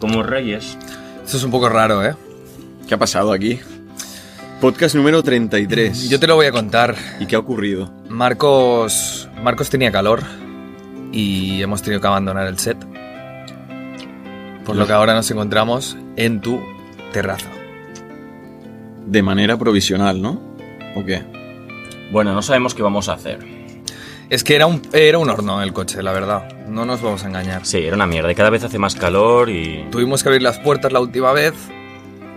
como reyes. Esto es un poco raro, ¿eh? ¿Qué ha pasado aquí? Podcast número 33. Yo te lo voy a contar. ¿Y qué ha ocurrido? Marcos. Marcos tenía calor y hemos tenido que abandonar el set. Por lo que ahora nos encontramos en tu terraza. De manera provisional, ¿no? ¿O qué? Bueno, no sabemos qué vamos a hacer. Es que era un, era un horno el coche, la verdad. No nos vamos a engañar. Sí, era una mierda y cada vez hace más calor y... Tuvimos que abrir las puertas la última vez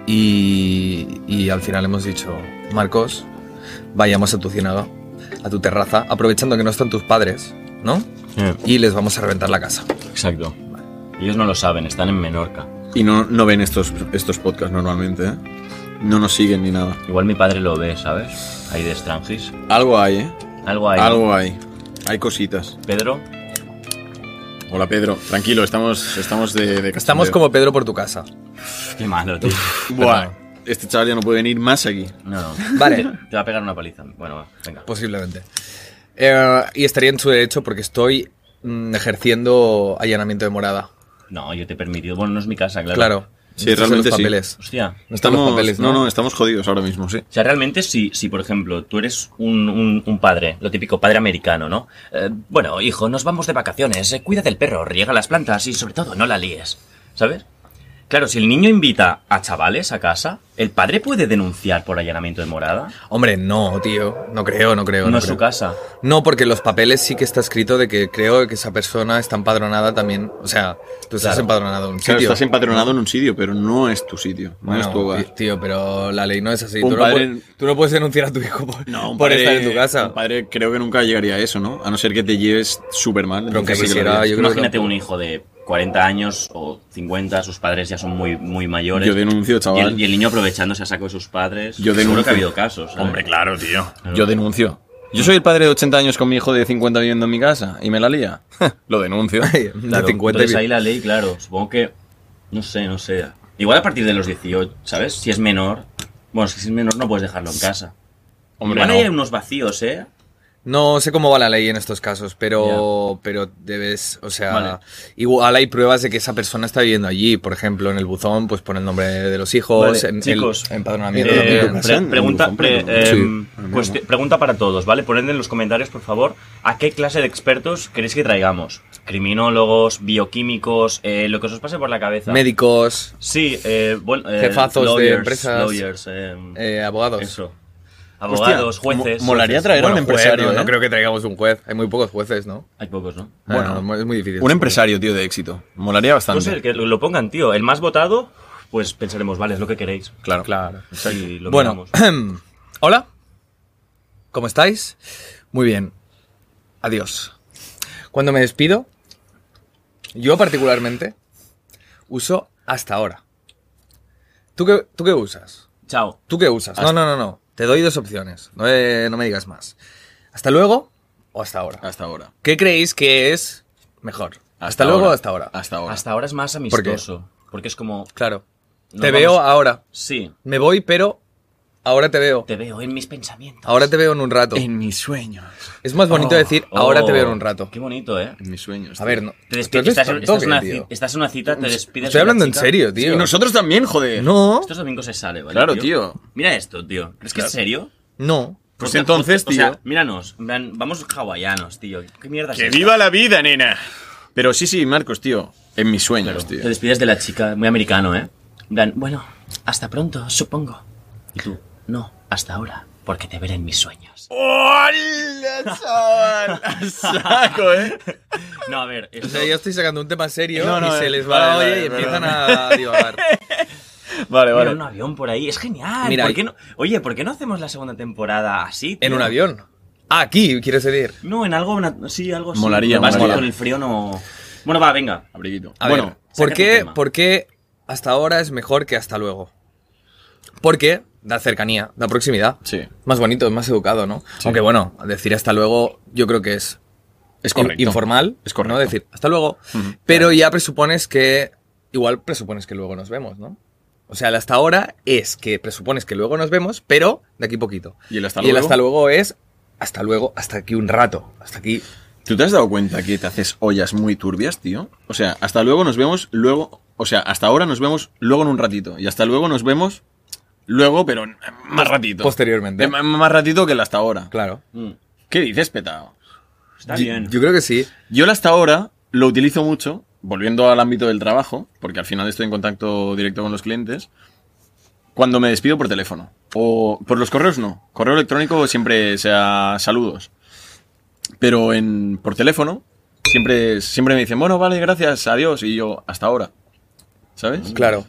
y, y al final hemos dicho, Marcos, vayamos a tu ciénaga, a tu terraza, aprovechando que no están tus padres, ¿no? Eh, Y les vamos a reventar la casa. exacto. Ellos no lo saben, están en Menorca. Y no, no ven estos, estos podcasts normalmente, ¿eh? No nos siguen ni nada. Igual mi padre lo ve, ¿sabes? Ahí de extranjis. Algo hay, ¿eh? Algo ahí. Algo hay. Hay cositas. Pedro, Hola Pedro, tranquilo, estamos, estamos de, de Estamos cachondeo. como Pedro por tu casa. qué malo, tío. Buah, este chaval ya no puede venir más aquí. No, no. Vale. Te va a pegar una paliza. Bueno, va, venga. Posiblemente. Eh, y estaría en su derecho porque estoy mm, ejerciendo allanamiento de morada. No, yo te he permitido. Bueno, no es mi casa, claro. Claro. Sí, Estos son realmente los sí. papeles. Hostia. No están los papeles, ¿no? no, estamos jodidos ahora mismo, sí. O sea, realmente si, si por ejemplo, tú eres un, un- un padre, lo típico padre americano, ¿no? Eh, bueno, hijo, nos vamos de vacaciones, eh, cuida del perro, riega las plantas y sobre todo no la líes, ¿sabes? Claro, si el niño invita a chavales a casa, ¿el padre puede denunciar por allanamiento de morada? Hombre, no, tío. No creo, no creo. no es creo. su casa. No, porque en los papeles sí que está escrito de que creo que esa persona está empadronada también. O sea, tú estás Claro. empadronado en un Claro, sitio. estás empadronado en un sitio, pero no es tu sitio, no es tu Bueno, hogar. tí- tío, pero la ley no es así. Un Tú, padre- no puedes, tú no puedes denunciar a tu hijo por, No, un por padre- estar en tu casa. Un padre creo que nunca llegaría a eso, ¿no? A no ser que te lleves súper mal. Pero aunque entonces sí que lo quisiera, harías. yo creo que Imagínate tampoco. un hijo de 40 años o 50, sus padres ya son muy, muy mayores. Yo denuncio, y chaval. el, y el niño aprovechándose a saco de sus padres. Yo Seguro denuncio. que ha habido casos. ¿sabes? claro, tío. Yo denuncio. Yo soy el padre de 80 años con mi hijo de 50 viviendo en mi casa y me la lía. lo denuncio. De Claro, 50 y- entonces ahí la ley, claro, supongo que... No sé, no sé. Igual a partir de los 18, ¿sabes? Si es menor... Bueno, es que si es menor no puedes dejarlo en casa. Hombre, Igual hay no. unos vacíos, ¿eh? No sé cómo va la ley en estos casos, pero, pero debes, o sea, Vale. igual hay pruebas de que esa persona está viviendo allí, por ejemplo, en el buzón, pues pone el nombre de los hijos, Vale, en, chicos, el empadronamiento Eh, lo que también. tú pre- pensando, pregunta, ¿no? pre- Sí, em, lo mismo. cuesti- pregunta para todos, ¿vale? Poned en los comentarios, por favor, a qué clase de expertos queréis que traigamos. Criminólogos, bioquímicos, eh, lo que os pase por la cabeza. médicos, Sí, eh, bueno, eh, Jefazos de lawyers, empresas. lawyers, em, eh, abogados. eso. Abogados, Hostia, mo- jueces. molaría jueces. traer a un Bueno, Juez, Empresario, no, no ¿eh? creo que traigamos un juez, hay muy pocos jueces, ¿no? hay pocos, ¿no? Bueno, Ah, no, es muy difícil. em- Un empresario, tío, de éxito. Molaría bastante. No sé, que lo lo pongan, tío. El más votado, pues pensaremos, vale, es lo que queréis. Claro. Claro. Y lo Bueno, miramos. hola, ¿cómo estáis? Muy bien, adiós. Cuando me despido, yo particularmente uso hasta ahora. ¿Tú qué, tú qué usas? Chao. ¿Tú qué usas? No, Hasta- no, no, no. Te doy dos opciones. No, eh, no me digas más. ¿Hasta luego o hasta Ah. ahora? Hasta ahora. ¿Qué creéis que es mejor? ¿Hasta, luego o hasta ahora? Hasta ahora. Hasta ahora es más qué? amistoso. Porque es como. Claro. Nos te vamos- veo ahora. Sí, Me voy, pero ahora te veo. te veo en mis pensamientos. Ahora te veo en un rato. En mis sueños. Es más bonito Oh, decir, oh, ahora te veo en un rato. Qué bonito, ¿eh? En mis sueños. A ver, no. Te tú despides. eres Estás, en- tonto, estás en una tío. ci- estás en una cita, te despides. de Estoy una hablando en chica. serio, tío. Y nosotros también, joder. No, Estos domingos se sale, ¿vale? Claro, tío. Mira esto, tío. ¿Es que es serio? no. Pues entonces, o sea, tío. míranos. en plan, Vamos hawaianos, tío. ¿Qué mierda es esta? la vida, nena! Pero sí, sí, Marcos, tío. En mis Claro, sueños, Te tío. despides de la chica, muy americano, ¿eh? En plan, bueno, hasta pronto, supongo. Y tú, no, hasta ahora, porque te veré en mis sueños. ¡Hola, chaval! A Saco, eh. No, a ver, O esto- sea, yo estoy sacando un tema serio No, no, y se eh, les va la vale, olla vale, y vale, empiezan a divagar. Vale, Mira, vale. un avión por ahí, es genial. Mira, ¿Por y- qué no? Oye, ¿por qué no hacemos la segunda temporada así? tío? En un avión. Ah, aquí, quieres decir. No, en algo, una- sí, algo así. Molaría, Lo que pasa es que molaría. con el frío no... Bueno, va, venga. Abriguito. A bueno, ver, saca ¿por tu qué, tema. ¿por qué hasta ahora es mejor que hasta luego? Porque da cercanía, da proximidad. sí. Más bonito, más educado, ¿no? Aunque bueno, decir hasta luego yo creo que es Es in- correcto. informal, Es correcto. ¿no? Decir, hasta luego. Ujú. Pero ya presupones que. Igual presupones que luego nos vemos, ¿no? O sea, el hasta ahora es que presupones que luego nos vemos, pero de aquí poquito. Y el hasta Y el luego. hasta luego es hasta luego, hasta aquí un rato, hasta aquí. ¿Tú te has dado cuenta que te haces ollas muy turbias, tío? O sea, hasta luego nos vemos, luego o sea, hasta ahora nos vemos luego en un ratito. Y hasta luego nos vemos luego, pero en- Pues más ratito. Posteriormente. Eh, ma- más ratito que el hasta ahora. Claro. Mm. ¿Qué dices, petado? Está Yo- bien. Yo, creo que sí. Yo el hasta ahora lo utilizo mucho, volviendo al ámbito del trabajo, porque al final estoy en contacto directo con los clientes, cuando me despido por teléfono. O por los correos no. Correo electrónico siempre sea saludos. Pero en, por teléfono siempre, siempre me dicen, bueno, vale, gracias, adiós. Y yo, hasta ahora. ¿Sabes? Claro.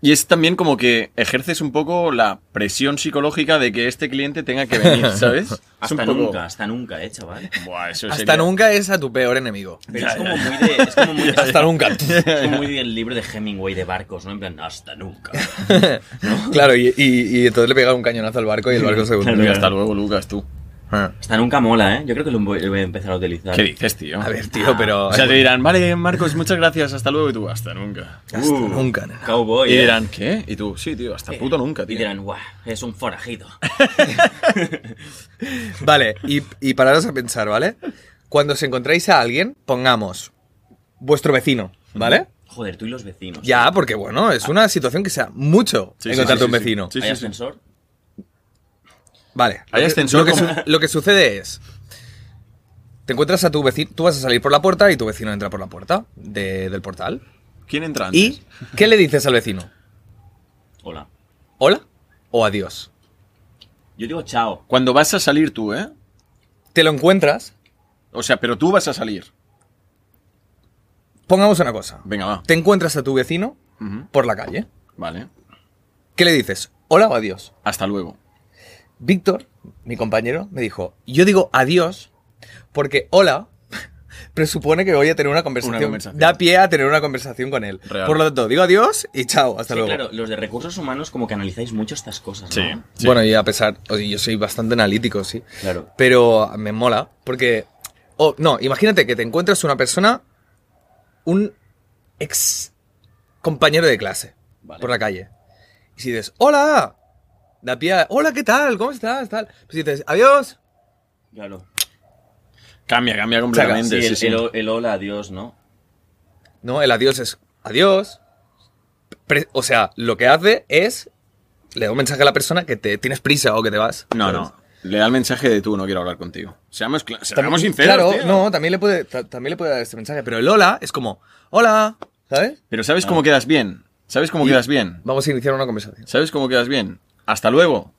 Y es también como que ejerces un poco la presión psicológica de que este cliente tenga que venir, ¿sabes? Es Hasta un poco- nunca, hasta nunca, eh, chaval. Buah, eso Hasta sería- nunca es a tu peor enemigo. Pero es como muy de. Es como muy, Hasta nunca. es como muy del libro de Hemingway de barcos, ¿no? En plan, hasta nunca. Claro, y, y- y entonces le pega un cañonazo al barco y el barco se Claro. hunde. Mira, Hasta luego, Lucas, tú. Ah. Hasta nunca mola, ¿eh? Yo creo que lo voy lo voy a empezar a utilizar. ¿Qué dices, tío? A ver, tío, pero. O sea, te dirán, vale, Marcos, muchas gracias, hasta luego, y tú, hasta nunca. Hasta Uh, nunca, nena. Cowboy. Y ¿eh? dirán, ¿qué? Y tú, sí, tío, hasta puto nunca, Y tío. dirán, guau, es un forajido. Vale, y, y pararos a pensar, ¿vale? Cuando os encontráis a alguien, pongamos vuestro vecino, ¿vale? Joder, tú y los vecinos. Ya, porque bueno, es una situación que sea mucho Sí, sí, encontrarte sí, un sí, vecino. sí. ¿Hay ascensor? Vale. Hay Lo que- ascensor Lo que, como- su- lo que sucede es. Te encuentras a tu vecino, tú vas a salir por la puerta y tu vecino entra por la puerta de- del portal. ¿Quién entra antes? ¿Y qué le dices al vecino? Hola. ¿Hola o adiós? Yo digo chao. Cuando vas a salir tú, ¿eh? Te lo encuentras, O sea, pero tú vas a salir. pongamos una cosa. Venga, va. Te encuentras a tu vecino Ujú. por la calle. Vale. ¿Qué le dices? ¿Hola o adiós? Hasta luego. Víctor, mi compañero, me dijo, yo digo adiós porque hola presupone que voy a tener una conversación. Una conversación. Da pie a tener una conversación con él. Real. Por lo tanto, digo adiós y chao, hasta Sí, luego. claro, los de recursos humanos como que analizáis mucho estas cosas, Sí. ¿no? Bueno, y a pesar, o sea, yo soy bastante analítico, sí. Claro. Pero me mola porque... o no, imagínate que te encuentras una persona, un ex compañero de clase, Vale. por la calle. Y si dices, hola, da pie a, hola, ¿qué tal? ¿Cómo estás? Tal. Pues si dices, adiós. Claro. Cambia, cambia Sí, completamente. el, sí, sí. el o- el hola, adiós, ¿no? No, el adiós es adiós. Pre- o sea, lo que hace es le da un mensaje a la persona que te tienes prisa o que te vas. No, ¿sabes? no. Le da el mensaje de tú, no quiero hablar contigo. Seamos, cla- También- seamos sinceros. Claro, tío. no, también le puede ta- también le puede dar este mensaje, pero el hola es como hola, ¿sabes? Pero ¿sabes cómo quedas bien? ¿Sabes cómo Y- quedas bien? Vamos a iniciar una conversación. ¿Sabes cómo quedas bien? Hasta luego.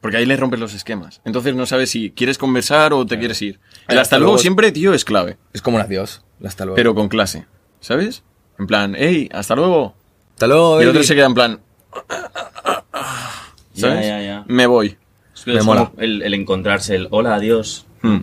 Porque ahí le rompes los esquemas. Entonces no sabes si quieres conversar o te quieres ir. El El hasta hasta luego luego es- siempre, tío, es clave. Es como un adiós, hasta luego. Pero con clase. ¿Sabes? En plan, hey, hasta luego. hasta luego. Y el baby. otro se queda en plan, Ya, ¿sabes? ya, ya. Me voy. Es que Me es mola. como El, el encontrarse, el hola, adiós. Hmm.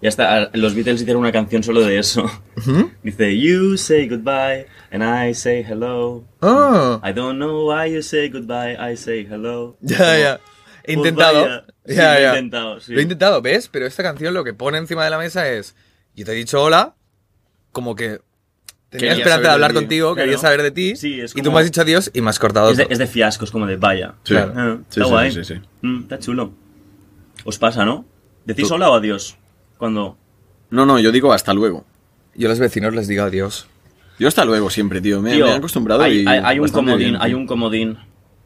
Ya está, ah, los Beatles hicieron una canción solo de eso. Ujú. Dice, you say goodbye and I say hello. Ah, I don't know why you say goodbye, I say hello. ya, ya. He intentado. vaya. Pues Sí, Ya, lo he ya. intentado, sí. Lo he intentado, ¿ves? Pero esta canción lo que pone encima de la mesa es, yo te he dicho hola, como que tenía Quería esperanza saber de de hablar ti. contigo, Claro. quería saber de ti, Sí, es y tú como- me has dicho adiós y me has cortado. Es de, todo. es de fiascos, como de vaya. Sí. Claro. Ah, Sí, está sí, guay. sí, sí, sí. Mm, está chulo. Os pasa, ¿no? Decís hola o adiós. Cuando. No, no, yo digo hasta luego. Yo a los vecinos les digo adiós. Yo hasta luego siempre, tío. Me, Tío, me he acostumbrado hay, y hay- hay un bastante comodín, bien, tío. hay un comodín.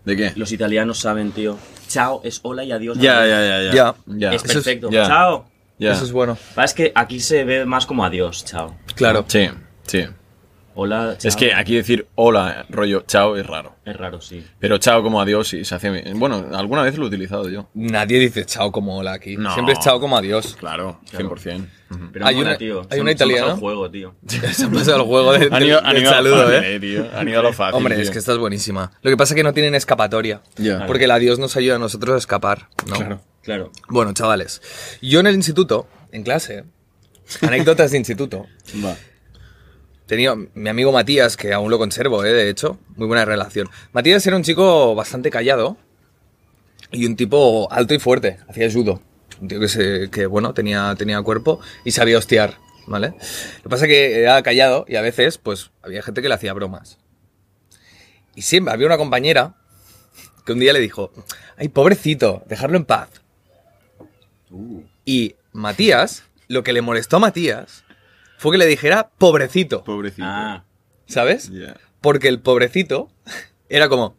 ¿De qué? Los italianos saben, tío. Chao es hola y adiós. Ya, ya, ya, ya. Ya. Ya. Es Eso es- perfecto. ya. Chao. Ya. Eso es bueno. Pasa Es que aquí se ve más como adiós, chao. Claro. Sí, sí. Hola, chao. Es que aquí decir hola, rollo, chao, es raro. Es raro, sí. Pero chao como adiós y se hace... Bueno, alguna vez lo he utilizado yo. Nadie dice chao como hola aquí. No. Siempre es chao como adiós. Claro, 100%. Ujú. Pero Hay mola, una- tío. hay Se- se una me ha pasado italiana. el juego, tío. Se han pasado el juego del, Han ido, del- han del ido a lo saludo, fácil, ¿eh? eh, tío. Han ido a lo fácil. Hombre, tío. es que esta es buenísima. Lo que pasa es que no tienen escapatoria. Ya. Porque el adiós nos ayuda a nosotros a escapar. ¿no? Claro. Claro. Bueno, chavales. Yo en el instituto, en clase, anécdotas de instituto, Va. Tenía mi amigo Matías, que aún lo conservo, ¿eh? de hecho, muy buena relación. Matías era un chico bastante callado y un tipo alto y fuerte, hacía judo. Un tío que, se, que bueno, tenía, tenía cuerpo y sabía hostiar, ¿vale? Lo que pasa es que era callado y a veces, pues, había gente que le hacía bromas. Y siempre había una compañera que un día le dijo, ay, pobrecito, dejarlo en paz. Uh, Y Matías, lo que le molestó a Matías fue que le dijera, pobrecito, Pobrecito. ah. ¿sabes? Ya. porque el pobrecito era como,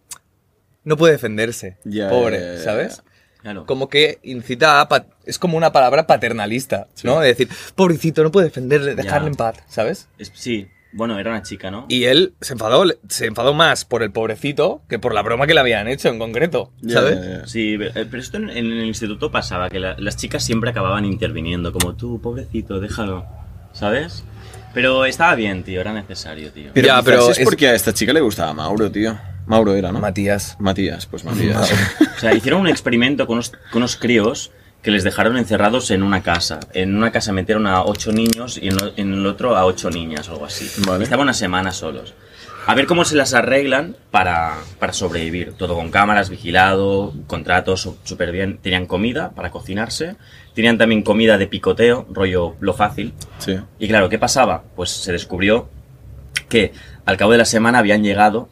no puede defenderse, Ya, pobre, ya, ya, ya. ¿sabes? Claro. Como que incita a... pa- Es como una palabra paternalista, ¿no? De decir, pobrecito, no puede defenderle, dejarle en paz, ¿sabes? Es- sí, bueno, era una chica, ¿no? Y él se enfadó, le- se enfadó más por el pobrecito que por la broma que le habían hecho en concreto, Ya, ¿sabes? ya, ya. Sí, eh, pero esto en, en el instituto pasaba, que la- las chicas siempre acababan interviniendo, como tú, pobrecito, déjalo, ¿sabes? Pero estaba bien, tío, era necesario, tío. Pero Pero, Ya, ya, pero es, es- porque a esta chica le gustaba Mauro, tío. Mauro era, ¿no? Matías. Matías, pues Matías. O sea, hicieron un experimento con unos, con unos críos que les dejaron encerrados en una casa. En una casa metieron a ocho niños y en, lo- en el otro a ocho niñas o algo así. Vale. Estaban una semana solos. A ver cómo se las arreglan para, para sobrevivir. Todo con cámaras, vigilado, contratos súper bien. Tenían comida para cocinarse. Tenían también comida de picoteo, rollo lo fácil. sí. Y claro, ¿qué pasaba? Pues se descubrió que al cabo de la semana habían llegado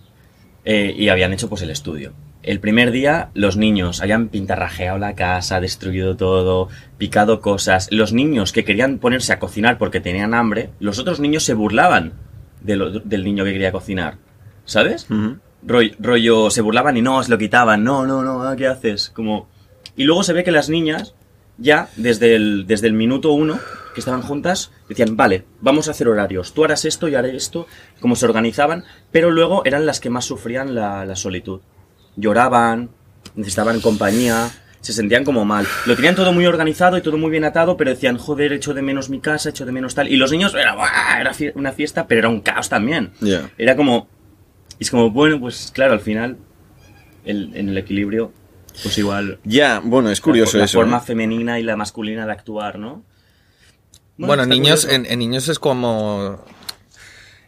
eh, y habían hecho pues el estudio. El primer día los niños habían pintarrajeado la casa, destruido todo, picado cosas. Los niños que querían ponerse a cocinar porque tenían hambre, los otros niños se burlaban de lo- del niño que quería cocinar. ¿Sabes? Ujú. Roy- rollo, se burlaban y no, se lo quitaban, no, no, no, ah, ¿qué haces? Como... Y luego se ve que las niñas, ya desde el, desde el minuto uno, que estaban juntas, decían, vale, vamos a hacer horarios, tú harás esto, yo haré esto, como se organizaban, pero luego eran las que más sufrían la, la solitud. Lloraban, necesitaban compañía, se sentían como mal. Lo tenían todo muy organizado y todo muy bien atado, pero decían, joder, echo de menos mi casa, echo de menos tal. Y los niños, era, "Buah", era fie- una fiesta, pero era un caos también. Ya. Era como. y es como, bueno, pues claro, al final, el- en el equilibrio, pues igual. Ya, bueno, es curioso la, la eso. forma ¿eh? femenina y la masculina de actuar, ¿no? Bueno, en está niños, curioso. en, en niños es como.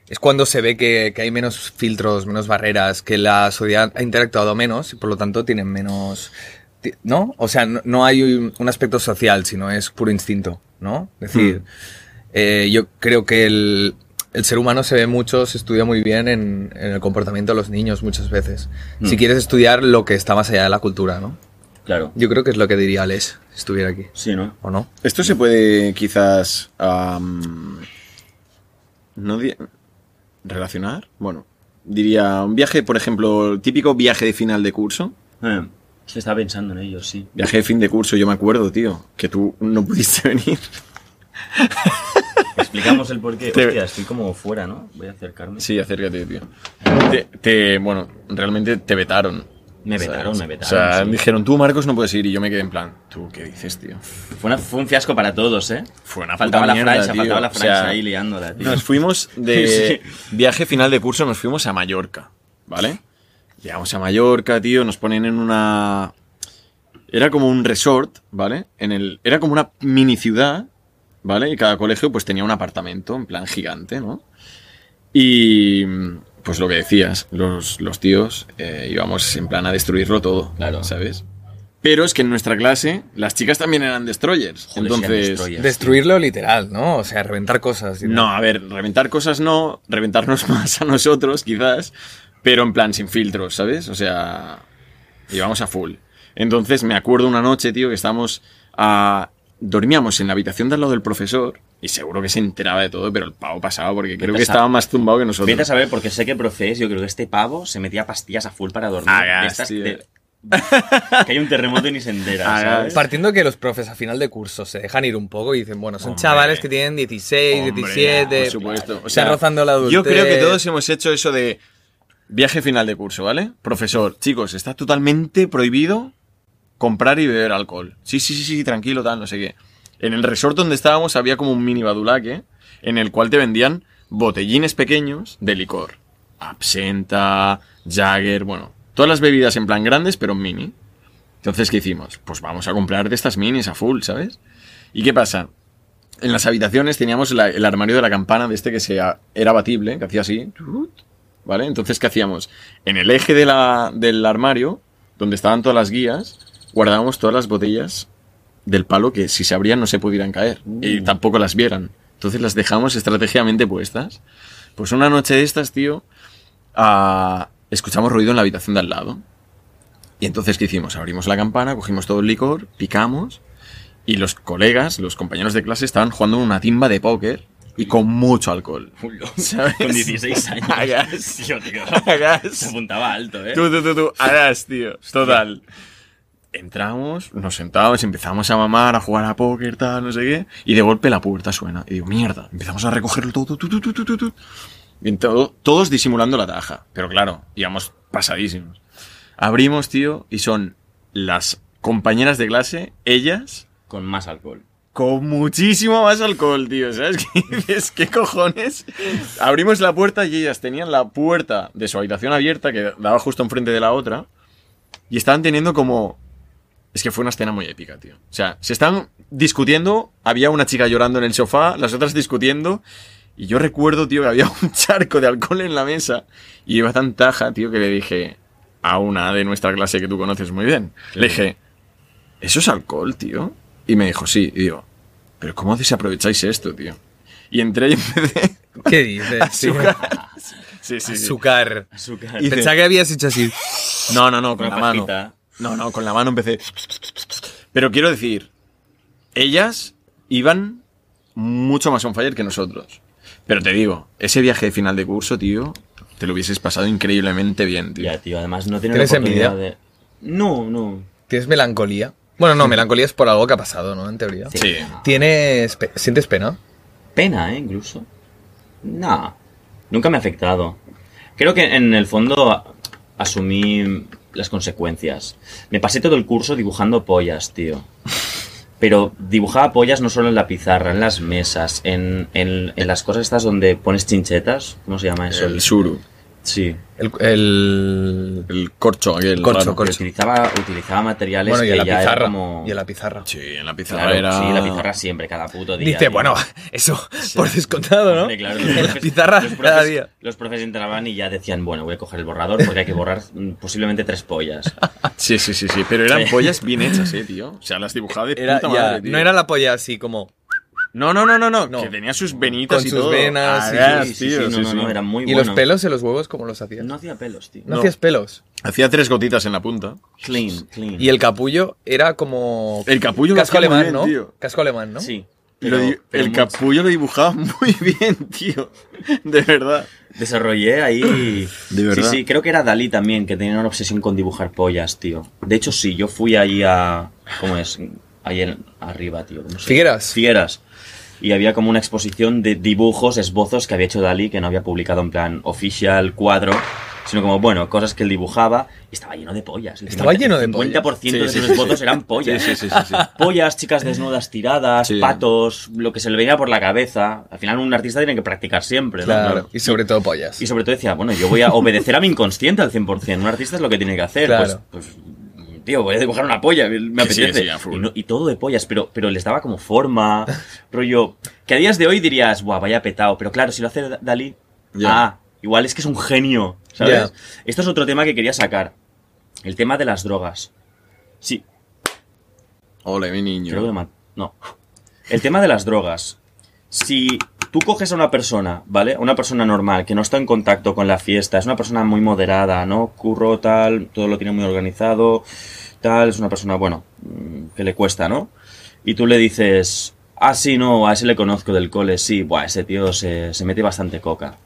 Es cuando se ve que, que hay menos filtros, menos barreras, que la sociedad ha interactuado menos y por lo tanto tienen menos. ti- ¿No? O sea, no, no hay un un aspecto social, sino es puro instinto, ¿no? Es decir, Mm. eh, yo creo que el, el ser humano se ve mucho, se estudia muy bien en, en el comportamiento de los niños muchas veces. Mm. Si quieres estudiar lo que está más allá de la cultura, ¿no? Claro. Yo creo que es lo que diría Alex si estuviera aquí, Sí, ¿no? ¿o no? Esto se puede quizás... am, no di- ¿Relacionar? Bueno, diría un viaje, por ejemplo, el típico viaje de final de curso. Eh, se estaba pensando en ellos, sí. Viaje de fin de curso, yo me acuerdo, tío, que tú no pudiste venir. Explicamos el porqué. Te- Hostia, estoy como fuera, ¿no? Voy a acercarme. Sí, acércate, tío. Te, te- bueno, realmente te vetaron. Me ¿sabes? vetaron, me O sea, vetaron. sí. me dijeron, tú, Marcos, no puedes ir. Y yo me quedé en plan, ¿tú qué dices, tío? Fue, una- fue un fiasco para todos, ¿eh? Fue una Faltaba puta la mierda, Francia, tío. faltaba la O sea, Francia ahí liándola, tío. Nos fuimos de viaje final de curso, nos fuimos a Mallorca, ¿vale? Llegamos a Mallorca, tío, nos ponen en una... Era como un resort, ¿vale? En el... Era como una mini ciudad, ¿vale? Y cada colegio pues tenía un apartamento, en plan gigante, ¿no? Y pues lo que decías, los, los tíos eh, íbamos en plan a destruirlo todo, Claro. ¿sabes? Pero es que en nuestra clase las chicas también eran destroyers. Joder, sean entonces... destroyers. Destruirlo literal, ¿no? O sea, reventar cosas. y tal. No, a ver, reventar cosas no, reventarnos más a nosotros quizás, pero en plan sin filtros, ¿sabes? O sea, íbamos a full. Entonces me acuerdo una noche, tío, que estábamos a... Dormíamos en la habitación del lado del profesor y seguro que se enteraba de todo, pero el pavo pasaba porque creo a que sa- estaba más tumbado que Vete a nosotros. saber, porque sé que profe es, yo creo que este pavo se metía pastillas a full para dormir. Hagas, De estas tío. de- que hay un terremoto y ni se entera, Hagas. ¿sabes? Partiendo que los profes a final de curso se dejan ir un poco y dicen, bueno, son Hombre. chavales que tienen 16, Hombre, 17, por supuesto. O están rozando la adultez. Yo creo que todos hemos hecho eso de viaje final de curso, ¿vale? Profesor, chicos, está totalmente prohibido comprar y beber alcohol. Sí, sí, sí, sí, tranquilo, tal, no sé qué. En el resort donde estábamos había como un mini badulaque en el cual te vendían botellines pequeños de licor. Absenta, Jagger, bueno, todas las bebidas en plan grandes, pero mini. Entonces, ¿qué hicimos? Pues vamos a comprar de estas minis a full, ¿sabes? ¿Y qué pasa? En las habitaciones teníamos la- el armario de la campana de este que se, a- era abatible, que hacía así. ¿Vale? Entonces, ¿qué hacíamos? En el eje de la- del armario, donde estaban todas las guías, guardábamos todas las botellas del palo que si se abrían no se pudieran caer Mm. y tampoco las vieran. Entonces las dejamos estratégicamente puestas. Pues una noche de estas, tío, ah, escuchamos ruido en la habitación de al lado. Y entonces, ¿qué hicimos? Abrimos la campana, cogimos todo el licor, picamos y los colegas, los compañeros de clase estaban jugando una timba de póker y con mucho alcohol. ¿Sabes? Con 16 años. Ah, Hagas. Tío, tío. Se Hagas. apuntaba alto, ¿eh? Tú, tú, tú, tú. Hagas, tío. Total. Entramos, nos sentamos, empezamos a mamar, a jugar a póker, tal, no sé qué. Y de golpe la puerta suena. Y digo, mierda. Empezamos a recogerlo todo. tu, tu, tu, tu, tu, tu. Y en todo- todos disimulando la taja. Pero claro, íbamos pasadísimos. Abrimos, tío, y son las compañeras de clase, ellas, Con más alcohol. con muchísimo más alcohol, tío. ¿Sabes qué dices? ¿Qué cojones? Abrimos la puerta y ellas tenían la puerta de su habitación abierta, que daba justo enfrente de la otra, y estaban teniendo como. Es que fue una escena muy épica, tío. O sea, se están discutiendo, había una chica llorando en el sofá, las otras discutiendo, y yo recuerdo, tío, que había un charco de alcohol en la mesa, y iba tan taja, tío, que le dije a una de nuestra clase que tú conoces muy bien, le dije, ¿eso es alcohol, tío? Y me dijo, sí. Y digo, ¿pero cómo desaprovecháis esto, tío? Y entré y empecé ¿Qué dices? a sucar. Sí, sí, sí. Azúcar. Azúcar. Y- Pensaba que habías hecho así. No, no, no, con Una la mano. pajita. No, no, con la mano empecé. Pero quiero decir, ellas iban mucho más on fire que nosotros. Pero te digo, ese viaje de final de curso, tío, te lo hubieses pasado increíblemente bien, tío. Ya, tío, además no tiene ¿Tienes la oportunidad envidia? de... No, no. ¿Tienes melancolía? Bueno, no, melancolía es por algo que ha pasado, ¿no? En teoría. Sí. ¿Tienes. pe- ¿Sientes pena? Pena, ¿eh? Incluso. Nah. Nunca me ha afectado. Creo que en el fondo a- asumí las consecuencias. Me pasé todo el curso dibujando pollas, tío. Pero dibujaba pollas no solo en la pizarra, en las mesas, en, en- en las cosas estas donde pones chinchetas. ¿Cómo se llama eso? El suru, Sí. El. el- el corcho aquel. Corcho, raro. corcho. Que utilizaba, utilizaba materiales Bueno, y que en la ya era pizarra. como... Y en la pizarra. Sí, en la pizarra Claro, era... sí, la pizarra siempre, cada puto día. Dice, tío. bueno, eso, por descontado, ¿no? Hombre, claro, los en la profes- pizarra los profes- cada día. Los profes entraban y ya decían, bueno, voy a coger el borrador porque hay que borrar mm, posiblemente tres pollas. Sí, sí, sí, sí. Pero eran Sí. pollas bien hechas, eh, tío. O sea, las dibujaba de Era, puta ya, madre, tío. no era la polla así como. No, no, no, no, no, No. Que tenía sus venitas Con y sus todo. venas, Ah, sí, Hagas, Sí, sí, tío, sí, no, sí, no, sí. no, eran muy ¿Y buenos. los pelos y los huevos cómo los hacías? No No, hacía pelos, tío. no. hacías pelos. Hacía tres gotitas en la punta. Clean, clean. Y el capullo era como. El capullo lo Casco hacía muy alemán, bien, ¿no? tío. Casco alemán, ¿no? Sí. Lo di- pero el mucho. capullo lo dibujaba muy bien, tío. De verdad. Desarrollé ahí. De verdad. Sí, sí, creo que era Dalí también, que tenía una obsesión con dibujar pollas, tío. De hecho, sí, yo fui ahí a. ¿Cómo es? Ahí en- arriba, tío. ¿cómo se- Figueras. Figueras. Y había como una exposición de dibujos, esbozos que había hecho Dalí, que no había publicado en plan oficial, cuadro, sino como, bueno, cosas que él dibujaba. Y estaba lleno de pollas. El Estaba lleno de El 50% de pollas. Sí, sus sí, sí. esbozos eran pollas. Sí, sí, sí, sí, sí. Pollas, chicas desnudas tiradas, Sí. patos, lo que se le venía por la cabeza. Al final, un artista tiene que practicar siempre, ¿no? Claro. Y sobre todo pollas. Y sobre todo decía, bueno, yo voy a obedecer a mi inconsciente al 100%. Un artista es lo que tiene que hacer. Claro. Pues, pues, tío, voy a dibujar una polla, me Sí, sí, apetece. sí, a full. y, no- y todo de pollas, pero, pero les daba como forma, rollo. Que a días de hoy dirías, guau, vaya petado. Pero claro, si lo hace Da- Dalí, Ya. ah, igual es que es un genio, ¿sabes? Ya. Esto es otro tema que quería sacar. El tema de las drogas. Sí, Ole, mi niño. Creo que ma- No. El tema de las drogas. Si tú coges a una persona, ¿vale? A una persona normal, que no está en contacto con la fiesta, es una persona muy moderada, ¿no? Curro, tal, todo lo tiene muy organizado, tal, es una persona, bueno, mm, que le cuesta, ¿no? Y tú le dices, ah, sí, no, a ese le conozco del cole, sí, buah, ese tío se, se mete bastante coca.